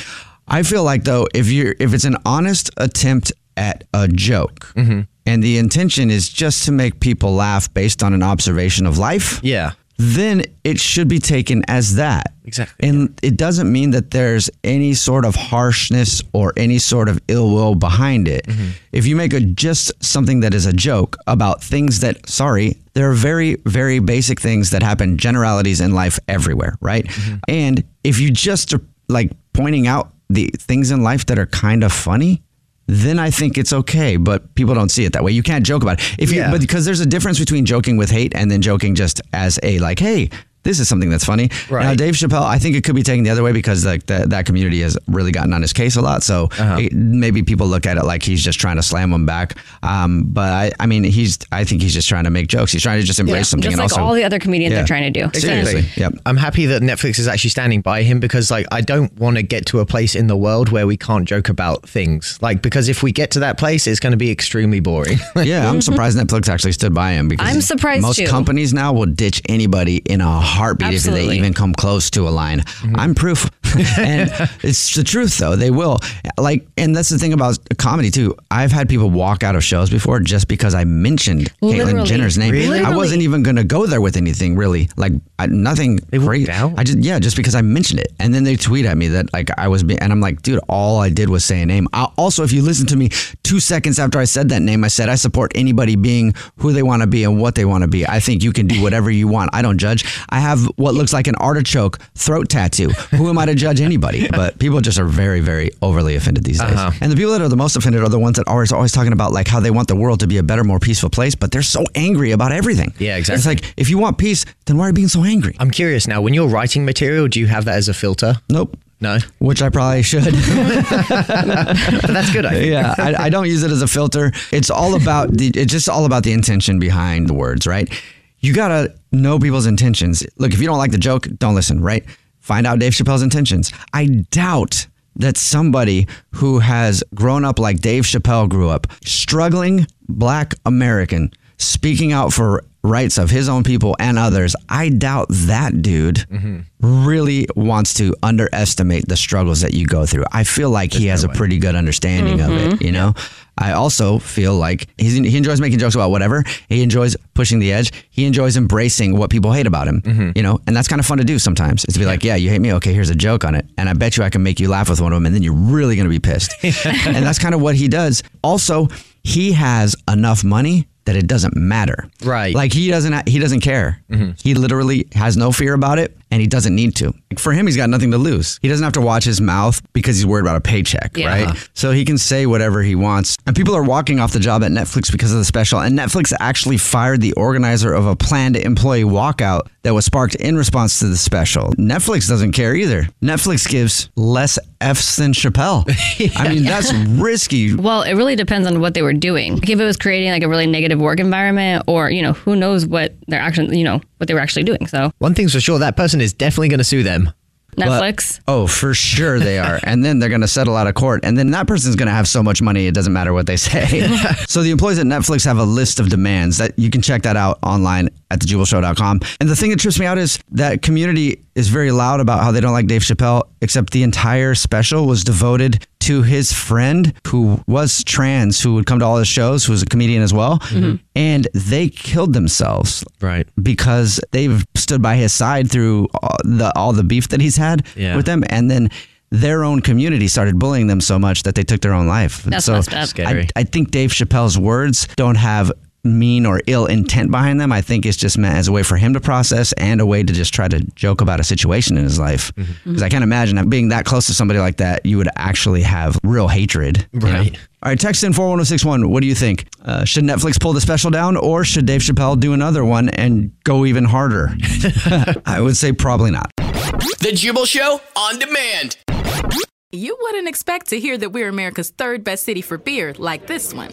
[SPEAKER 2] I feel like though if you're if it's an honest attempt at a joke, and the intention is just to make people laugh based on an observation of life.
[SPEAKER 7] Yeah.
[SPEAKER 2] then it should be taken as that.
[SPEAKER 7] Exactly.
[SPEAKER 2] And it doesn't mean that there's any sort of harshness or any sort of ill will behind it. If you make a just something that is a joke about things that sorry, there are very very basic things that happen generalities in life everywhere, right? And if you just are like pointing out the things in life that are kind of funny, then I think it's okay, but people don't see it that way. You can't joke about it. If you
[SPEAKER 7] Yeah.
[SPEAKER 2] but because there's a difference between joking with hate and then joking just as a like, hey, this is something that's funny. Now, Dave Chappelle, I think it could be taken the other way because like that that community has really gotten on his case a lot. So it- maybe people look at it like he's just trying to slam him back. Um, but I, I mean, he's I think he's just trying to make jokes. He's trying to just embrace something.
[SPEAKER 6] Just
[SPEAKER 2] and
[SPEAKER 6] like
[SPEAKER 2] also,
[SPEAKER 6] all the other comedians
[SPEAKER 2] Yeah.
[SPEAKER 6] are trying to do.
[SPEAKER 2] Seriously. Yep.
[SPEAKER 7] I'm happy that Netflix is actually standing by him because, like, I don't want to get to a place in the world where we can't joke about things. Like, because if we get to that place, it's going to be extremely boring.
[SPEAKER 2] yeah, I'm surprised Netflix actually stood by him because
[SPEAKER 6] I'm surprised
[SPEAKER 2] most
[SPEAKER 6] too.
[SPEAKER 2] companies now will ditch anybody in a heartbeat if
[SPEAKER 6] Absolutely.
[SPEAKER 2] they even come close to a line. I'm proof, and it's the truth though. They will like, and that's the thing about comedy too. I've had people walk out of shows before just because I mentioned Caitlyn
[SPEAKER 7] Literally.
[SPEAKER 2] Jenner's name.
[SPEAKER 7] Really?
[SPEAKER 2] I wasn't even going to go there with anything really, like I, nothing great. I just yeah, just because I mentioned it, and then they tweet at me that like I was, be- and I'm like, dude, all I did was say a name. I, also, if you listen to me, two seconds after I said that name, I said I support anybody being who they want to be and what they want to be. I think you can do whatever you want. I don't judge. I have what looks like an artichoke throat tattoo. Who am I to judge anybody? But people just are very, very overly offended these days.
[SPEAKER 7] Uh-huh.
[SPEAKER 2] And the people that are the most offended are the ones that are always, always talking about like how they want the world to be a better, more peaceful place, but they're so angry about everything.
[SPEAKER 7] Yeah, exactly.
[SPEAKER 2] It's like if you want peace, then why are you being so angry?
[SPEAKER 7] I'm curious now. When you're writing material, do you have that as a filter?
[SPEAKER 2] Nope.
[SPEAKER 7] No.
[SPEAKER 2] Which I probably should.
[SPEAKER 7] That's good. I think.
[SPEAKER 2] yeah, I, I don't use it as a filter. It's all about the. It's just all about the intention behind the words, right? You gotta know people's intentions. Look, if you don't like the joke, don't listen. Right? Find out Dave Chappelle's intentions. I doubt that somebody who has grown up like Dave Chappelle grew up, struggling Black American, speaking out for rights of his own people and others. I doubt that dude really wants to underestimate the struggles that you go through. I feel like he has a pretty good understanding of it,
[SPEAKER 7] Mhm.
[SPEAKER 2] you know? I also feel like he's, he enjoys making jokes about whatever. He enjoys pushing the edge. He enjoys embracing what people hate about him,
[SPEAKER 7] Mm-hmm.
[SPEAKER 2] you know? And that's kind of fun to do sometimes. It's to be like, yeah, you hate me. Okay, here's a joke on it. And I bet you I can make you laugh with one of them, and then you're really going to be pissed. and that's kind of what he does. Also, he has enough money that it doesn't matter.
[SPEAKER 7] Right. Mm-hmm.
[SPEAKER 2] Like he doesn't he doesn't care. He literally has no fear about it and he doesn't need to. Like, for him he's got nothing to lose. He doesn't have to watch his mouth because he's worried about a paycheck,
[SPEAKER 7] Yeah.
[SPEAKER 2] right?
[SPEAKER 7] Uh-huh.
[SPEAKER 2] So he can say whatever he wants. And people are walking off the job at Netflix because of the special and Netflix actually fired the organizer of a planned employee walkout that was sparked in response to the special. Netflix doesn't care either. Netflix gives less F's than Chappelle. I mean, that's risky.
[SPEAKER 6] Well, it really depends on what they were doing. Like if it was creating like a really negative work environment or, you know, who knows what their action, you know, what they were actually doing. So
[SPEAKER 7] One thing's for sure that person is definitely going to sue them.
[SPEAKER 6] Netflix.
[SPEAKER 2] Oh, for sure they are. and then they're going to settle out of court. And then that person's going to have so much money, it doesn't matter what they say. so the employees at Netflix have a list of demands that you can check that out online at thejewelshow.com. And the thing that trips me out is that community is very loud about how they don't like Dave Chappelle, except the entire special was devoted to his friend who was trans, who would come to all his shows, who was a comedian as well. And they killed themselves.
[SPEAKER 7] Mm-hmm. Right.
[SPEAKER 2] Because they've stood by his side through all the, all the beef that he's had
[SPEAKER 7] Yeah.
[SPEAKER 2] with them and then their own community started bullying them so much that they took their own life. And
[SPEAKER 7] That's
[SPEAKER 2] so
[SPEAKER 7] messed up. Scary.
[SPEAKER 2] I, I think Dave Chappelle's words don't have mean or ill intent behind them. I think it's just meant as a way for him to process and a way to just try to joke about a situation in his life.
[SPEAKER 7] Mm-hmm.
[SPEAKER 2] Because I can't imagine that being that close to somebody like that, you would actually have real hatred. Right. All right, text in 41061. What do you think? Uh, should Netflix pull the special down or should Dave Chappelle do another one and go even harder? I would say probably not.
[SPEAKER 9] The Jubal Show on demand.
[SPEAKER 20] You wouldn't expect to hear that we're America's third best city for beer like this one,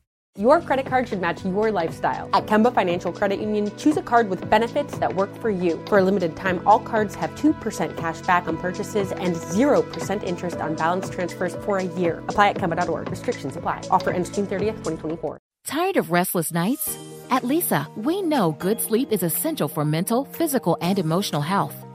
[SPEAKER 21] Your credit card should match your lifestyle. At Kemba Financial Credit Union, choose a card with benefits that work for you. For a limited time, all cards have 2% cash back on purchases and 0% interest on balance transfers for a year. Apply at Kemba.org. Restrictions apply. Offer ends June 30th, 2024.
[SPEAKER 22] Tired of restless nights? At Lisa, we know good sleep is essential for mental, physical, and emotional health.